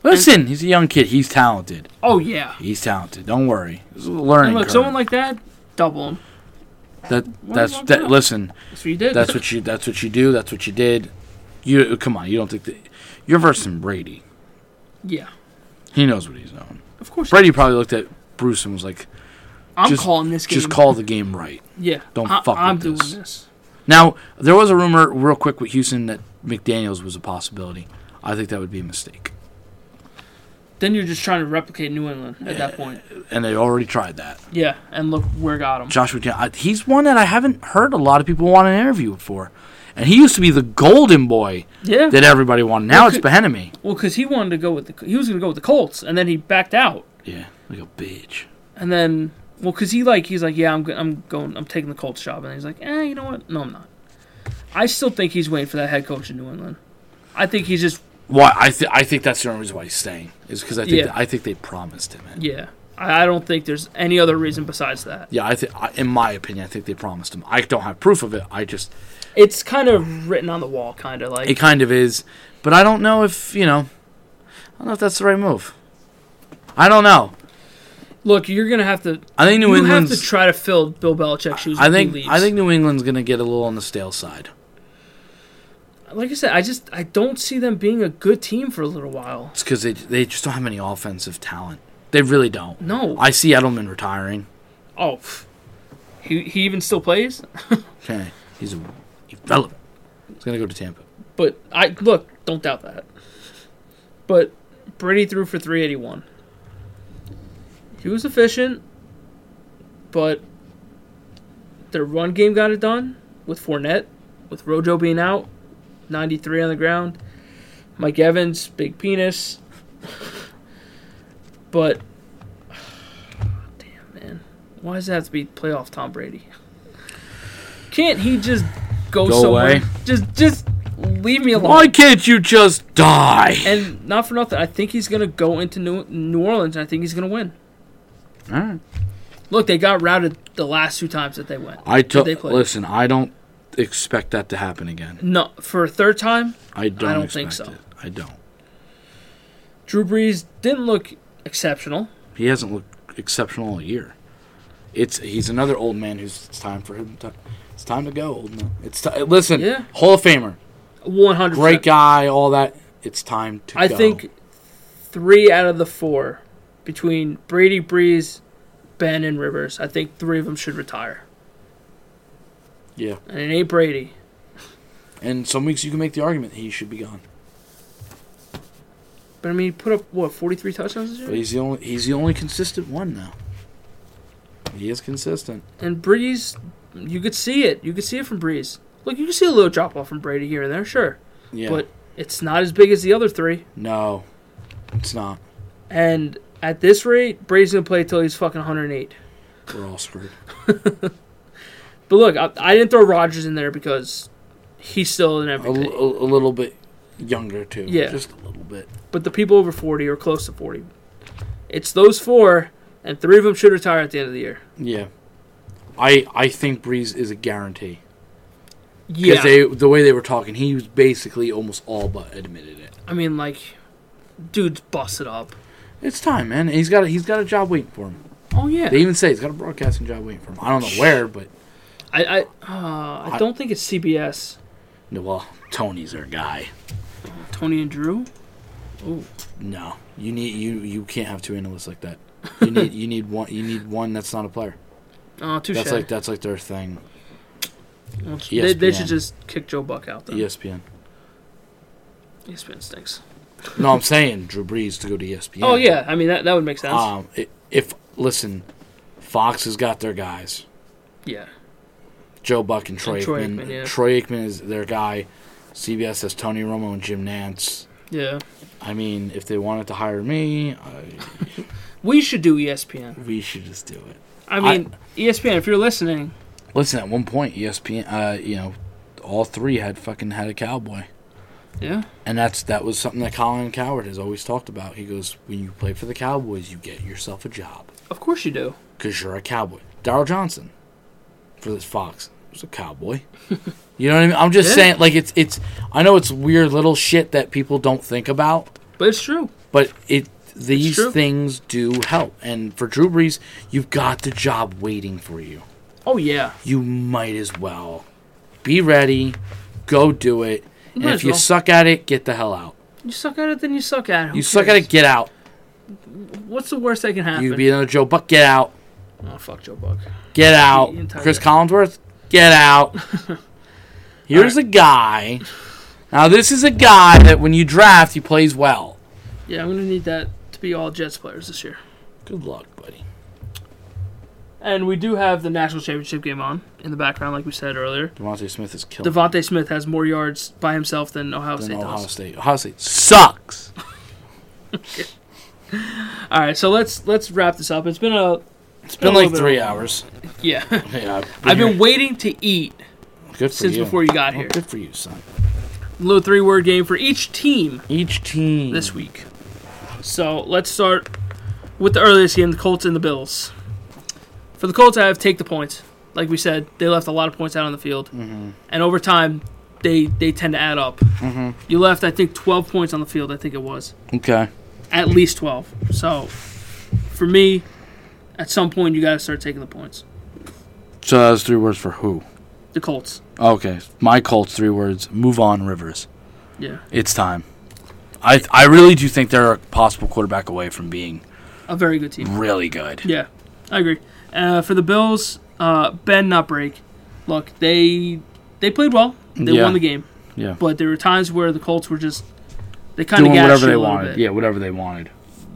A: Listen, he's a young kid. He's talented.
B: Oh yeah.
A: He's talented. Don't worry. It's a
B: And
A: learning.
B: look,
A: curve.
B: someone like that, double him.
A: That
B: Why
A: that's
B: not?
A: that. Listen,
B: That's what you did.
A: that's what you that's what you do. That's what you did. You come on. You don't think that you're versing Brady.
B: [LAUGHS] yeah.
A: He knows what he's doing.
B: Of course.
A: Brady probably looked at Bruce and was like,
B: I'm
A: just-
B: calling this game.
A: "Just call the game right."
B: Yeah.
A: don't
B: I,
A: fuck
B: I'm
A: with
B: doing
A: this.
B: this.
A: Now there was a rumor real quick with Houston that McDaniel's was a possibility. I think that would be a mistake,
B: Then you're just trying to replicate New England at that point.
A: and they already tried that.
B: Yeah. And look where got him.
A: Josh McDaniel, I, he's one that I haven't heard a lot of people want an interview for, and he used to be the golden boy
B: Yeah.
A: that everybody wanted. Now
B: Look
A: it's
B: at-
A: behind me.
B: Well, because he wanted to go with the he was gonna go with the Colts, and then he backed out,
A: Yeah, like a bitch.
B: and then well, because he like he's like yeah I'm go- I'm going I'm taking the Colts job, and he's like eh you know what no I'm not. I still think he's waiting for that head coach in New England. I think he's just
A: Why I th- I think that's the only reason why he's staying is because I think
B: Yeah.
A: that- I think they promised him it.
B: yeah. I, I don't think there's any other reason besides that.
A: Yeah, I think in my opinion, I think they promised him. I don't have proof of it. I just
B: It's kind of written on the wall, kind of like
A: it kind of is, but I don't know if you know. I don't know if that's the right move. I don't know.
B: look you're gonna have to
A: I think New
B: you
A: England's.
B: have to try to fill Bill Belichick's shoes.
A: I
B: if he
A: think
B: leaves.
A: I think New England's gonna get a little on the stale side.
B: like I said I just I don't see them being a good team for a little while.
A: It's because they they just don't have any offensive talent. They really don't.
B: No
A: I see Edelman retiring.
B: oh. pff. He, he even still plays?
A: Okay, he's irrelevant. He's gonna go to Tampa.
B: But I look, don't doubt that. But Brady threw for 381. He was efficient, but their run game got it done with Fournette, with Rojo being out, 93 on the ground, Mike Evans, big penis. But [SIGHS] damn man, why does that have to be playoff Tom Brady? Can't he just go,
A: Go
B: somewhere?
A: away.
B: Just just leave me alone.
A: Why can't you just die?
B: And not for nothing, I think he's gonna go into New New Orleans. and I think he's gonna win.
A: All right.
B: Look, they got routed the last two times that they went.
A: I took.
B: they play?
A: Listen, I don't expect that to happen again.
B: No, for a third time,
A: I don't.
B: don't think
A: expect
B: so.
A: It. I don't.
B: Drew Brees didn't look exceptional.
A: He hasn't looked exceptional all year. It's he's another old man who's it's time for him to it's time to go. Old man. It's ti listen,
B: Yeah.
A: Hall of Famer,
B: One hundred. [LAUGHS]
A: great guy, all that. It's time to.
B: I
A: go.
B: think three out of the four between Brady, Brees, Ben, and Rivers. I think three of them should retire,
A: yeah.
B: and it ain't Brady.
A: And some weeks you can make the argument he should be gone,
B: But I mean, he put up what forty three touchdowns this
A: but
B: year,
A: he's the only he's the only consistent one now. He is consistent.
B: and Brees, you could see it. You could see it from Brees. Look, you can see a little drop off from Brady here and there, sure,
A: Yeah.
B: but it's not as big as the other three.
A: no, it's not.
B: And at this rate, Brady's gonna play till he's fucking 108.
A: We're all screwed.
B: But look, I, I didn't throw Rodgers in there because he's still an
A: A,
B: MVP.
A: l- a- a little bit younger too.
B: Yeah.
A: Just a little bit.
B: but the people over 40 or close to 40, it's those four, and three of them should retire at the end of the year.
A: Yeah. I I think Breeze is a guarantee.
B: Yeah,
A: Because they the way they were talking, he was basically almost all but admitted it.
B: I mean, like, dude's busted up.
A: It's time, man. He's got a, he's got a job waiting for him.
B: Oh yeah,
A: They even say he's got a broadcasting job waiting for him. I don't know where, but
B: I I, uh, I
A: I-
B: don't think it's CBS.
A: no, well, Tony's our guy.
B: Tony and Drew.
A: No, you need you you can't have two analysts like that. You need you need one you need one that's not a player.
B: Oh, touche.
A: That's like that's like their thing.
B: Well, they, they should
A: ESPN.
B: just kick Joe Buck out E then.
A: ESPN.
B: ESPN stinks.
A: No, I'm saying Drew Brees to go to E ESPN.
B: Oh yeah, I mean that, that would make sense.
A: Um, i if listen, Fox has got their guys.
B: yeah,
A: Joe Buck and Troy
B: Troy
A: Aikman.
B: Aikman, yeah.
A: Troy Aikman is their guy. CBS has Tony Romo and Jim Nance.
B: yeah.
A: I mean, if they wanted to hire me, I,
B: We should do E ESPN.
A: we should just do it.
B: I mean, E ESPN. If you're listening,
A: Listen, at one point, ESPN, uh, you know, all three had fucking had a cowboy,
B: yeah,
A: and that's that was something that Colin Coward has always talked about. He goes, when you play for the Cowboys, you get yourself a job
B: of course you do.
A: because you're a cowboy. Daryl Johnson for this Fox was a cowboy. [LAUGHS] you know what I mean? I'm just
B: Yeah.
A: saying, like it's it's. I know it's weird little shit that people don't think about.
B: But it's true.
A: But it these
B: true.
A: things do help. And for Drew Brees, you've got the job waiting for you.
B: Oh yeah.
A: You might as well be ready, go do it. And
B: Might
A: if
B: as
A: you
B: well.
A: suck at it, get the hell out.
B: You suck at it, then you suck at it. Who
A: You suck at
B: cares?
A: it, get out.
B: What's the worst that can happen?
A: You be another Joe Buck, get out.
B: oh fuck, Joe Buck.
A: Get out.
B: the entire-
A: Chris Collinsworth, get
B: [LAUGHS]
A: out. Here's a guy. Now this is a guy that when you draft, he plays well.
B: Yeah, I'm gonna need that to be all Jets players this year.
A: Good luck, buddy.
B: And we do have the national championship game on in the background, like we said earlier.
A: Devontae Smith is killing.
B: Devontae Smith has more yards by himself than Ohio
A: than
B: State
A: Ohio
B: does.
A: State. Ohio State sucks.
B: All right, so let's let's wrap this up. It's been a
A: It's been
B: A little
A: like
B: bit
A: three
B: over.
A: hours.
B: yeah. [LAUGHS]
A: Yeah,
B: I've been waiting to eat
A: good for
B: since
A: you.
B: before you got
A: Well,
B: here.
A: good for you, son.
B: Little three word game for each team
A: Each team.
B: this week. So let's start with the earliest game: the Colts and the Bills. For the Colts, I have take the points. Like we said, they left a lot of points out on the field,
A: Mm-hmm.
B: and over time, they they tend to add up.
A: Mm-hmm.
B: You left, I think, twelve points on the field. I think it was
A: Okay.
B: at least twelve. So for me, at some point, you got to start taking the points.
A: So that's three words for who?
B: The Colts,
A: Okay. My Colts. Three words. Move on, Rivers.
B: yeah,
A: It's time. I I really do think they're a possible quarterback away from being
B: a very good team.
A: really good.
B: Yeah, I agree. Uh, for the Bills, uh, bend not break. Look, they they played well. They
A: Yeah.
B: won the game.
A: Yeah.
B: But there were times where the Colts were just they kind
A: Doing
B: of gashed
A: whatever
B: you a
A: they
B: little
A: wanted.
B: bit.
A: Yeah, whatever they wanted.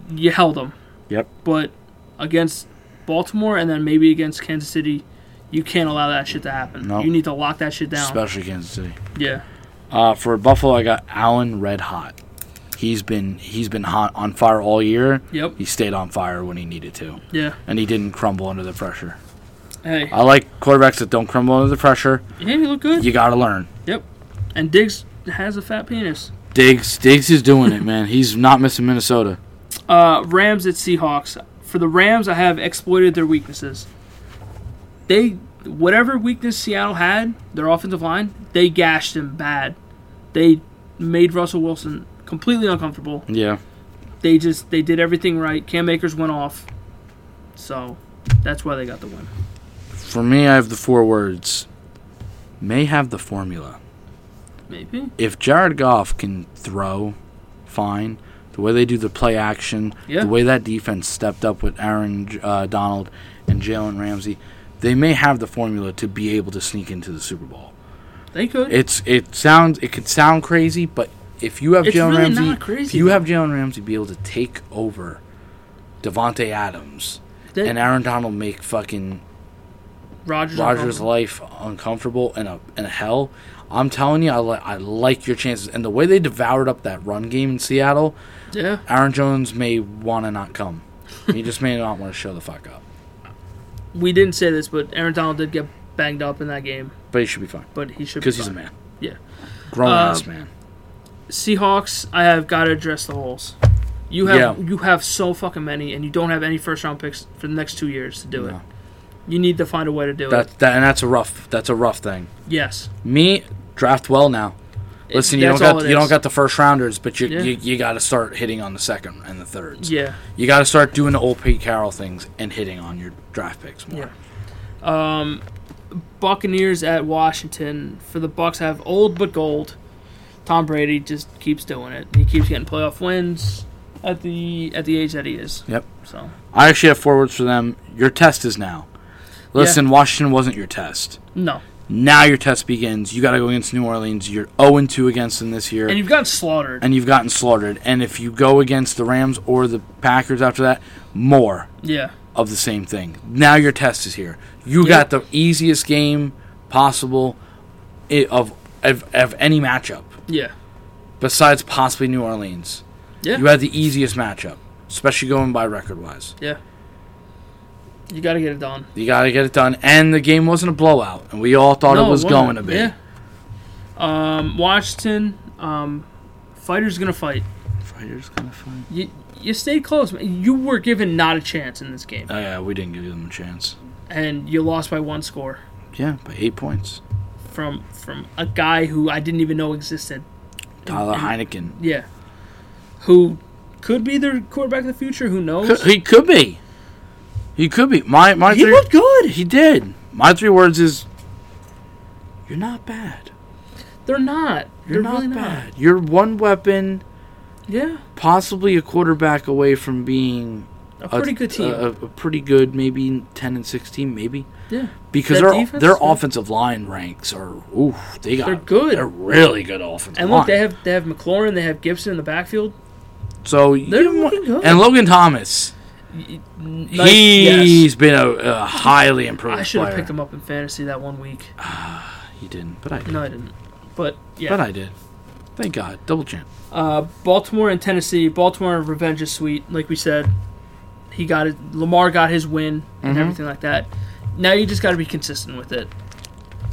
B: You held them,
A: Yep.
B: but against Baltimore and then maybe against Kansas City, you can't allow that shit to happen.
A: No.
B: You need to lock that shit down.
A: Especially Kansas City.
B: yeah.
A: Uh, for Buffalo, I got Allen Red Hot. He's been he's been hot on fire all year.
B: Yep.
A: He stayed on fire when he needed to,
B: Yeah.
A: and he didn't crumble under the pressure.
B: Hey.
A: I like quarterbacks that don't crumble under the pressure.
B: Yeah, you look good.
A: You got to learn.
B: Yep. And Diggs has a fat penis.
A: Diggs Diggs is doing it, man. He's not missing Minnesota.
B: Uh, Rams at Seahawks. For the Rams, I have exploited their weaknesses. They whatever weakness Seattle had, their offensive line, they gashed him bad. They made Russell Wilson completely uncomfortable.
A: Yeah.
B: They just they did everything right. Cam Akers went off, so that's why they got the win.
A: For me, I have the four words. May have the formula.
B: Maybe.
A: if Jared Goff can throw fine, the way they do the play action,
B: Yeah.
A: the way that defense stepped up with Aaron uh, Donald and Jalen Ramsey, they may have the formula to be able to sneak into the Super Bowl.
B: They could.
A: It's it sounds it could sound crazy, but if you have
B: It's
A: Jalen
B: really
A: Ramsey,
B: not crazy,
A: if you
B: though.
A: have Jalen Ramsey be able to take over Devonte Adams
B: They-
A: and Aaron Donald make fucking
B: Rodgers.
A: Rogers' life uncomfortable and a and a hell. I'm telling you, I like I like your chances. And the way they devoured up that run game in Seattle,
B: Yeah.
A: Aaron Jones may want to not come. he just may not want to show the fuck up.
B: We didn't say this, but Aaron Donald did get banged up in that game,
A: But he should be fine
B: but he should be
A: because he's a
B: fine.
A: man,
B: Yeah.
A: grown
B: Uh,
A: ass man.
B: Seahawks, I have got to address the holes. You have
A: Yeah.
B: you have so fucking many, and you don't have any first round picks for the next two years to do it.
A: No.
B: You need to find a way to do it.
A: That that and that's a rough that's a rough thing.
B: Yes.
A: Me draft well now.
B: It-
A: Listen, you don't
B: that's all
A: got
B: it
A: you don't
B: is.
A: got the first rounders, but you
B: Yeah.
A: you, you got to start hitting on the second and the thirds.
B: Yeah.
A: You got to start doing the old Pete Carroll things and hitting on your draft picks more.
B: Yeah. Buccaneers at Washington for the Bucks have old but gold. Tom Brady just keeps doing it. He keeps getting playoff wins at the at the age that he is.
A: Yep.
B: So
A: I actually have four words for them. Your test is now. Listen, Washington wasn't your test.
B: no,
A: Now your test begins. You got to go against New Orleans. You're 0 2 against them this year,
B: and you've gotten slaughtered.
A: and you've gotten slaughtered. And if you go against the Rams or the Packers after that, more
B: yeah.
A: of the same thing. Now your test is here. You
B: Yep.
A: got the easiest game possible i- of, of of any matchup
B: Yeah.
A: besides possibly New Orleans.
B: Yeah.
A: You had the easiest matchup, especially going by record wise.
B: yeah. You got to get it done.
A: You got to get it done. And the game wasn't a blowout, and we all thought
B: No,
A: it was
B: wasn't.
A: going to be.
B: Yeah. Um, Washington, um, fighters gonna fight.
A: Fighters gonna fight.
B: You, you stayed close. Man. You were given not a chance in this game,
A: Oh yeah, we didn't give them a chance.
B: and you lost by one score
A: Yeah, by eight points.
B: from from a guy who I didn't even know existed.
A: Tyler Heineken.
B: Yeah, who could be their quarterback of the future? Who
A: Could-
B: knows?
A: He could be. He could be. My my.
B: He
A: three,
B: looked
A: good. He did. My three words is. You're not bad.
B: They're not.
A: You're
B: They're
A: not
B: really
A: bad. You're one weapon,
B: Yeah,
A: possibly a quarterback away from being
B: a pretty good team.
A: A, a pretty good, maybe ten and sixteen, maybe.
B: yeah,
A: because
B: Their
A: their
B: defense,
A: their
B: yeah.
A: offensive line ranks are ooh they got
B: They're good.
A: they're really good offensive
B: and look,
A: line.
B: they have they have McLaurin, they have Gibson in the backfield.
A: so you
B: they're
A: want-
B: looking good.
A: and Logan Thomas
B: Nice-
A: he's
B: yes.
A: been a, a highly improved
B: I should
A: player
B: have picked him up in fantasy that one week.
A: he didn't but I did.
B: No, I didn't. But yeah,
A: but I did thank God double champ
B: Uh, Baltimore and Tennessee. Baltimore revenge is sweet, like we said. He got it. Lamar got his win
A: Mm-hmm.
B: and everything like that. Now you just got to be consistent with it.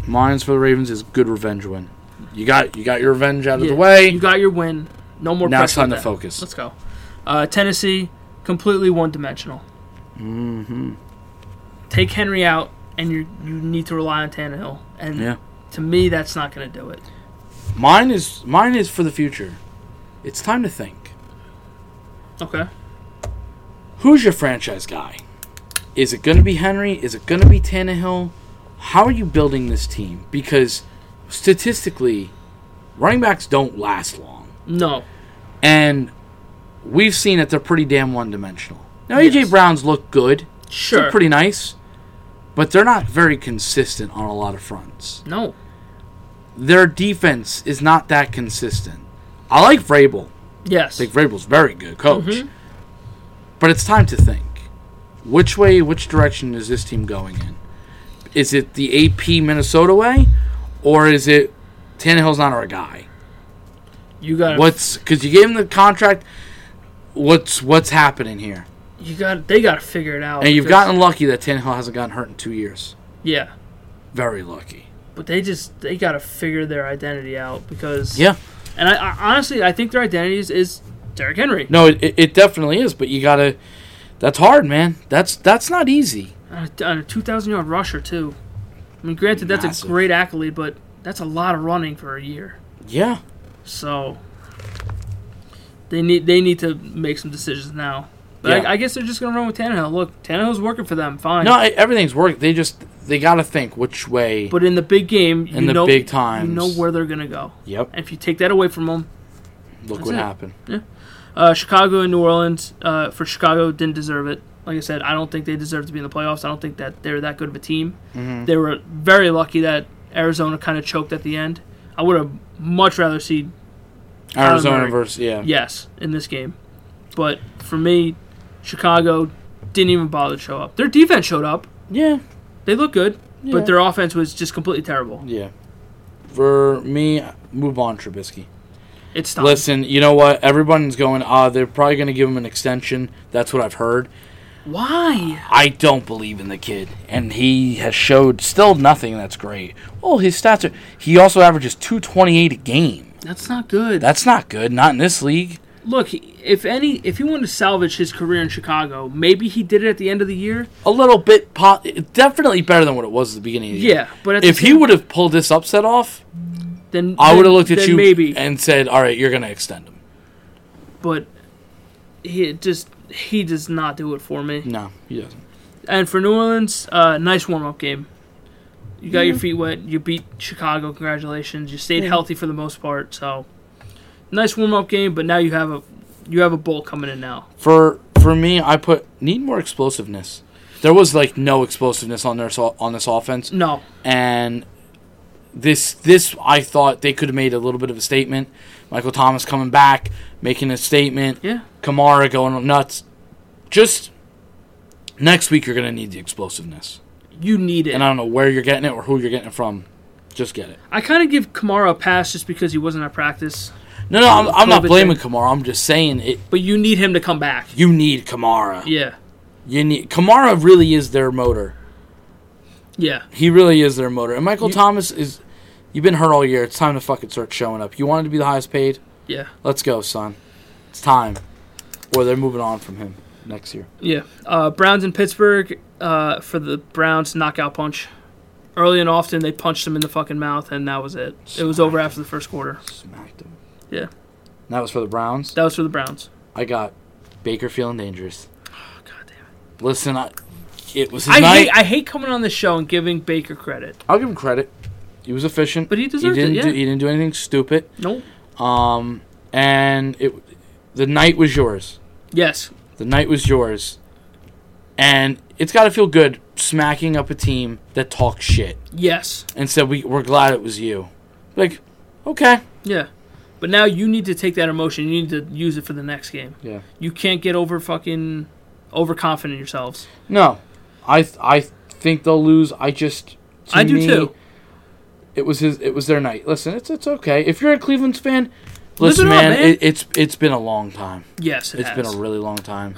A: mine's for the Ravens is good revenge win you got you got your revenge out of
B: Yeah,
A: the way
B: You got your win. No more.
A: Now it's
B: pressure on
A: time to
B: that.
A: focus.
B: Let's go. Uh, Tennessee completely one dimensional. Mm-hmm. Take Henry out, and you you need to rely on Tannehill. And
A: yeah
B: to me, that's not going to do it.
A: mine is mine is for the future it's time to think
B: Okay.
A: Who's your franchise guy? Is it going to be Henry? Is it going to be Tannehill? How are you building this team? Because statistically, running backs don't last long.
B: No.
A: And we've seen that they're pretty damn one dimensional. Now,
B: Yes.
A: A.J. Brown's look good.
B: Sure.
A: They're pretty nice. But they're not very consistent on a lot of fronts.
B: no.
A: Their defense is not that consistent. I like Vrabel.
B: Yes.
A: I think Vrabel's very good coach.
B: Mm-hmm.
A: But it's time to think. Which way, which direction is this team going in? Is it the AP Minnesota way? Or is it Tannehill's not our guy?
B: You got
A: What's because you gave him the contract? What's what's happening here?
B: you got they got to figure it out.
A: And you've
B: because-
A: gotten lucky that Tannehill hasn't gotten hurt in two years.
B: yeah,
A: Very lucky.
B: but they just they got to figure their identity out because
A: Yeah.
B: And I, I honestly I think their identity is, is Derrick Henry.
A: No, it, it- it definitely is, but you gotta. That's hard, man. That's that's not easy.
B: On a, on a 2,000 yard rusher, too. I mean, granted, that's
A: Massive.
B: a great accolade, but that's a lot of running for a year.
A: Yeah.
B: So they need they need to make some decisions now. But
A: Yeah.
B: I, I guess they're just going to run with Tannehill. Look, Tannehill's working for them, fine.
A: No, e- everything's worked. They just they gotta think which way.
B: but in the big game, you
A: in the
B: know
A: big times.
B: you know where they're going to go.
A: Yep.
B: And if you take that away from them,
A: Look
B: That's
A: what
B: it.
A: happened.
B: uh, Chicago and New Orleans uh, for Chicago didn't deserve it. Like I said, I don't think they deserve to be in the playoffs. I don't think that they're that good of a team. They were very lucky that Arizona kind of choked at the end. I would have much rather seen Kyler
A: Arizona
B: Murray.
A: versus yeah.
B: yes in this game, but for me, Chicago didn't even bother to show up. Their defense showed up.
A: Yeah.
B: They looked good,
A: Yeah.
B: but their offense was just completely terrible.
A: Yeah. For me, move on, Trubisky.
B: It's time.
A: Listen, you know what? Everyone's going. Uh, they're probably going to give him an extension. That's what I've heard.
B: Why?
A: I don't believe in the kid, and he has showed still nothing. That's great. Well, his stats are. He also averages two twenty eight a game.
B: That's not good.
A: That's not good. Not in this league.
B: Look, he- if any, if he wanted to salvage his career in Chicago, maybe he did it at the end of the year.
A: A little bit, po- definitely better than what it was at the beginning. Of the
B: Yeah,
A: year.
B: but at the
A: If he
B: same-
A: would have pulled this upset off,
B: then
A: I
B: then-
A: would have looked at
B: then
A: you
B: maybe.
A: and said, "All right, you're going to extend him."
B: but he just he does not do it for me.
A: No, he doesn't.
B: And for New Orleans, uh, nice warm up game. You got your feet wet. You beat Chicago. Congratulations. You stayed healthy for the most part. So nice warm up game. But now you have a you have a bowl coming in now.
A: For for me, I put need more explosiveness. There was like no explosiveness on their so- on this offense.
B: No,
A: and this this I thought they could have made a little bit of a statement. Michael Thomas coming back, making a statement.
B: yeah,
A: Kamara going nuts. Just next week you're gonna need the explosiveness,
B: you need it.
A: and I don't know where you're getting it or who you're getting it from. Just get it.
B: I kind of give Kamara a pass just because he wasn't at practice.
A: No, no, I'm, I'm not
B: COVID
A: blaming Kamara. I'm just saying it.
B: But you need him to come back.
A: You need Kamara.
B: Yeah,
A: You need Kamara. Really is their motor.
B: yeah.
A: He really is their motor. And Michael
B: You-
A: Thomas is. You've been hurt all year. It's time to fucking start showing up. You wanted to be the highest paid.
B: Yeah,
A: Let's go, son. It's time. Or they're moving on from him next year.
B: yeah. Uh, Browns in Pittsburgh uh, for the Browns knockout punch. Early and often, they punched him in the fucking mouth, and that was it. It was over after the first quarter.
A: Smacked him.
B: Yeah,
A: And that was for the Browns.
B: that was for the Browns.
A: I got Baker feeling dangerous.
B: Oh, God damn
A: Listen, I, it was his
B: it. I
A: night.
B: hate, I hate coming on this show and giving Baker credit.
A: I'll give him credit. He was efficient,
B: But he deserved it,
A: didn't
B: yeah.
A: Do, he didn't do anything stupid.
B: Nope.
A: Um, and it, the night was yours.
B: Yes.
A: The night was yours, and it's got to feel good smacking up a team that talks shit
B: Yes.
A: and said we we're glad it was you. Like, okay,
B: Yeah. But now you need to take that emotion. You need to use it for the next game.
A: yeah.
B: You can't get over fucking overconfident in yourselves.
A: No, I th- I think they'll lose. I just to
B: I do
A: me,
B: too.
A: It was his. It was their night. Listen, it's it's okay. If you're a Cleveland's fan, listen,
B: it up,
A: man,
B: man.
A: It, it's it's been a long time.
B: Yes, it
A: It's
B: has.
A: been a really long
B: [LAUGHS]
A: time.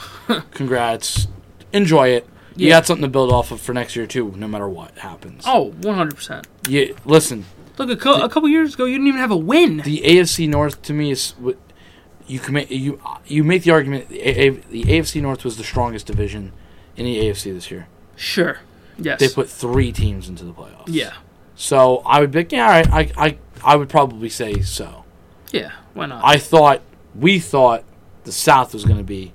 A: Congrats, enjoy it. You
B: Yeah.
A: got something to build off of for next year too. No matter what happens.
B: oh, 100%.
A: Yeah, listen.
B: Look, a, co- a couple years ago, you didn't even have a win.
A: The AFC North to me is what you can make you you make the argument. The, A- A- the AFC North was the strongest division in the AFC this year.
B: sure. Yes.
A: They put three teams into the playoffs.
B: yeah.
A: So I would be like, yeah, all right, I, I, I would probably say so.
B: Yeah. Why not?
A: I thought, we thought the South was going to be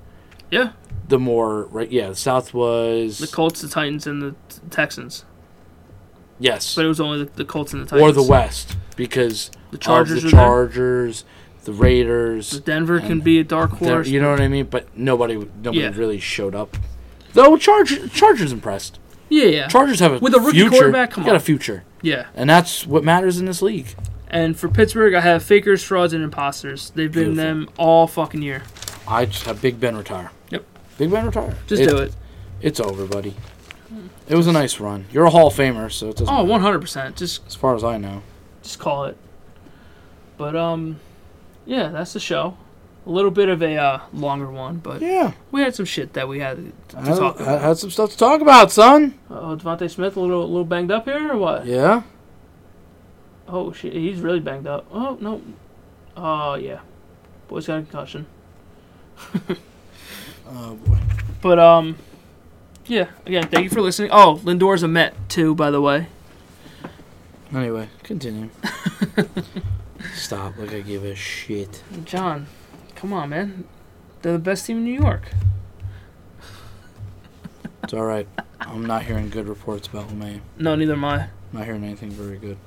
B: yeah.
A: the more, right? Yeah, the South was.
B: The Colts, the Titans, and the t- Texans.
A: yes.
B: But it was only the, the Colts and the Titans.
A: Or the West, because
B: The
A: Chargers
B: Chargers.
A: of
B: are
A: the
B: there.
A: Chargers, the Raiders.
B: Denver can
A: and
B: be a dark
A: the-
B: horse.
A: you know what I mean? But nobody nobody
B: Yeah.
A: really showed up. Though Chargers, Chargers impressed.
B: yeah, yeah.
A: Chargers have a
B: With a rookie
A: future.
B: quarterback, come
A: They got a
B: on.
A: future.
B: yeah.
A: And that's what matters in this league.
B: And for Pittsburgh, I have fakers, frauds, and imposters. They've been
A: Beautiful.
B: them all fucking year.
A: I just have Big Ben retire.
B: Yep.
A: Big Ben retire.
B: Just do it.
A: It's over, buddy. It was a nice run. You're a Hall of Famer, so it doesn't.
B: Oh, 100%. Just
A: As far as I know,
B: just call it. But um Yeah, that's the show. A little bit of a uh, longer one, but
A: Yeah,
B: we had some shit that we had to, to
A: I,
B: talk
A: I
B: about.
A: had some stuff to talk about, son.
B: Oh, Devontae Smith a little, little banged up here, or what?
A: Yeah,
B: Oh shit, he's really banged up. Oh no. Oh yeah, boy's got a concussion.
A: oh boy.
B: But um, yeah. Again, thank you for listening. Oh, Lindor's a Met too, by the way.
A: Anyway,
B: [LAUGHS]
A: continue. Stop. Like I give a shit.
B: John, come on, man. They're the best team in New York.
A: It's all right. I'm not hearing good reports about LeMay.
B: No, neither am I.
A: Not hearing anything very good.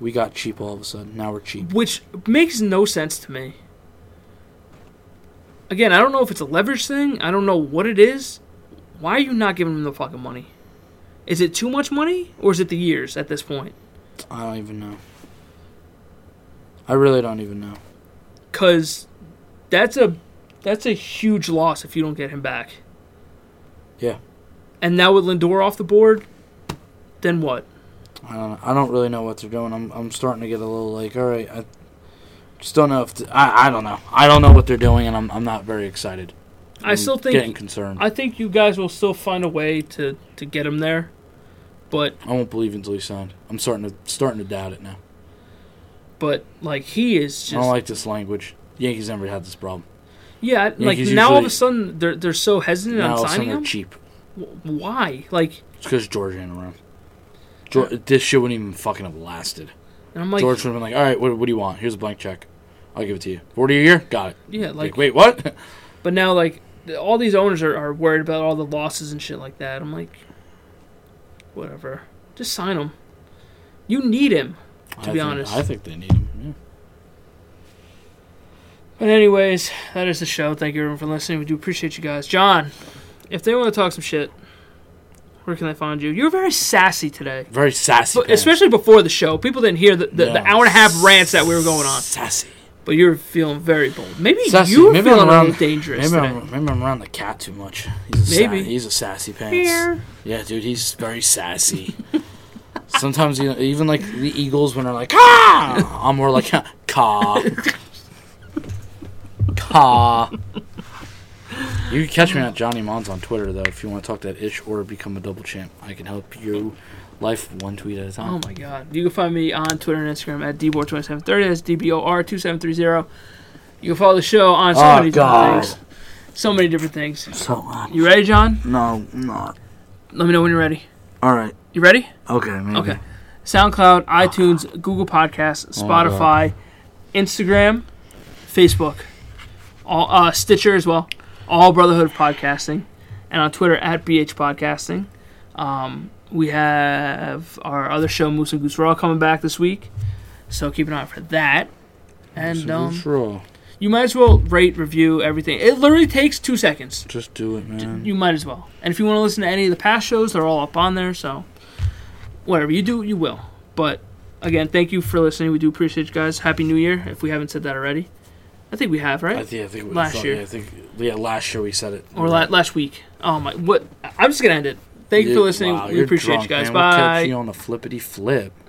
A: We got cheap all of a sudden. Now we're cheap.
B: Which makes no sense to me. Again, I don't know if it's a leverage thing. I don't know what it is. Why are you not giving him the fucking money? Is it too much money, or is it the years at this point?
A: I don't even know. I really don't even know.
B: Cause that's a that's a huge loss if you don't get him back.
A: Yeah.
B: And now with Lindor off the board, then what?
A: I don't. I don't really know what they're doing. I'm. I'm starting to get a little like. All right. I just don't know if. th- I. I don't know. I don't know what they're doing, and I'm. I'm not very excited.
B: I
A: I'm
B: still think
A: getting concerned. I,
B: I think you guys will still find a way to to get him there, but
A: won't believe until he signed. I'm starting to starting to doubt it now.
B: but like he is
A: I don't
B: just
A: like this language. Yankees never had this problem.
B: yeah I- like
A: Yankees
B: now all of a
A: usually-
B: sudden they're they're so hesitant
A: now all
B: on
A: of a sudden
B: signing
A: they're
B: him.
A: cheap.
B: W- Why? Like
A: It's because George ain't around. George, this shit wouldn't even fucking have lasted.
B: and I'm like
A: George would have been like, "All right, what, what do you want? Here's a blank check. I'll give it to you. Forty a year, got it."
B: yeah
A: Like,
B: like
A: wait, what? [LAUGHS]
B: but now like th- all these owners are, are worried about all the losses and shit like that. I'm like whatever, just sign him. You need him.
A: I
B: be
A: think-
B: honest.
A: I think they need him. Yeah.
B: But anyways, that is the show. Thank you everyone for listening. We do appreciate you guys. John, if they want to talk some shit, where can they find you? You're very sassy today.
A: Very sassy.
B: But
A: man.
B: especially before the show. People didn't hear the, the, the
A: Yeah.
B: hour and a half rants that we were going on.
A: Sassy.
B: But you're feeling very bold. Maybe
A: Sassy.
B: you're
A: Maybe
B: feeling
A: I'm
B: a
A: around-
B: little dangerous
A: Maybe
B: today.
A: I'm, maybe I'm around the cat too much. He's a
B: Maybe.
A: Sa- he's a sassy pants.
B: Here.
A: Yeah, dude, he's very sassy. [LAUGHS] Sometimes you know, even like the Eagles when they're like "ah," I'm more like
B: [LAUGHS]
A: "ca." Ca. You can catch me at Johnny Mons on Twitter though if you want to talk that ish or become a double champ. I can help you life one tweet at a time.
B: Oh my god. You can find me on Twitter and Instagram at dbor2730. That's dbor2730. You can follow the show on so
A: Oh,
B: many different
A: God.
B: things. So many different things.
A: So on.
B: You ready, John?
A: No, not.
B: Let me know when you're ready.
A: All right.
B: You ready?
A: Okay. Maybe.
B: Okay. SoundCloud, iTunes, Google Podcasts, Spotify, Instagram, Facebook, all uh, Stitcher as well. All Brotherhood of Podcasting, and on Twitter at BH Podcasting. Um, we have our other show, Moose and Goose Raw, coming back this week, so keep an eye out for that. And
A: So
B: um,
A: it's raw.
B: you might as well rate, review everything. It literally takes two seconds.
A: Just do it, man.
B: You might as well. And if you want to listen to any of the past shows, they're all up on there. So whatever you do, you will. But again, thank you for listening. We do appreciate you guys. Happy New Year. If we haven't said that already, I think we have,
A: I
B: right?
A: think, I think it was
B: Last
A: last
B: year.
A: year. I think yeah, last year we said it.
B: Or la- last week. Oh my! What? I'm just gonna end it. Thank you for listening.
A: Wow,
B: we
A: you're
B: appreciate you
A: drunk,
B: guys.
A: man. We'll
B: Bye.
A: catch you on the flippity flip.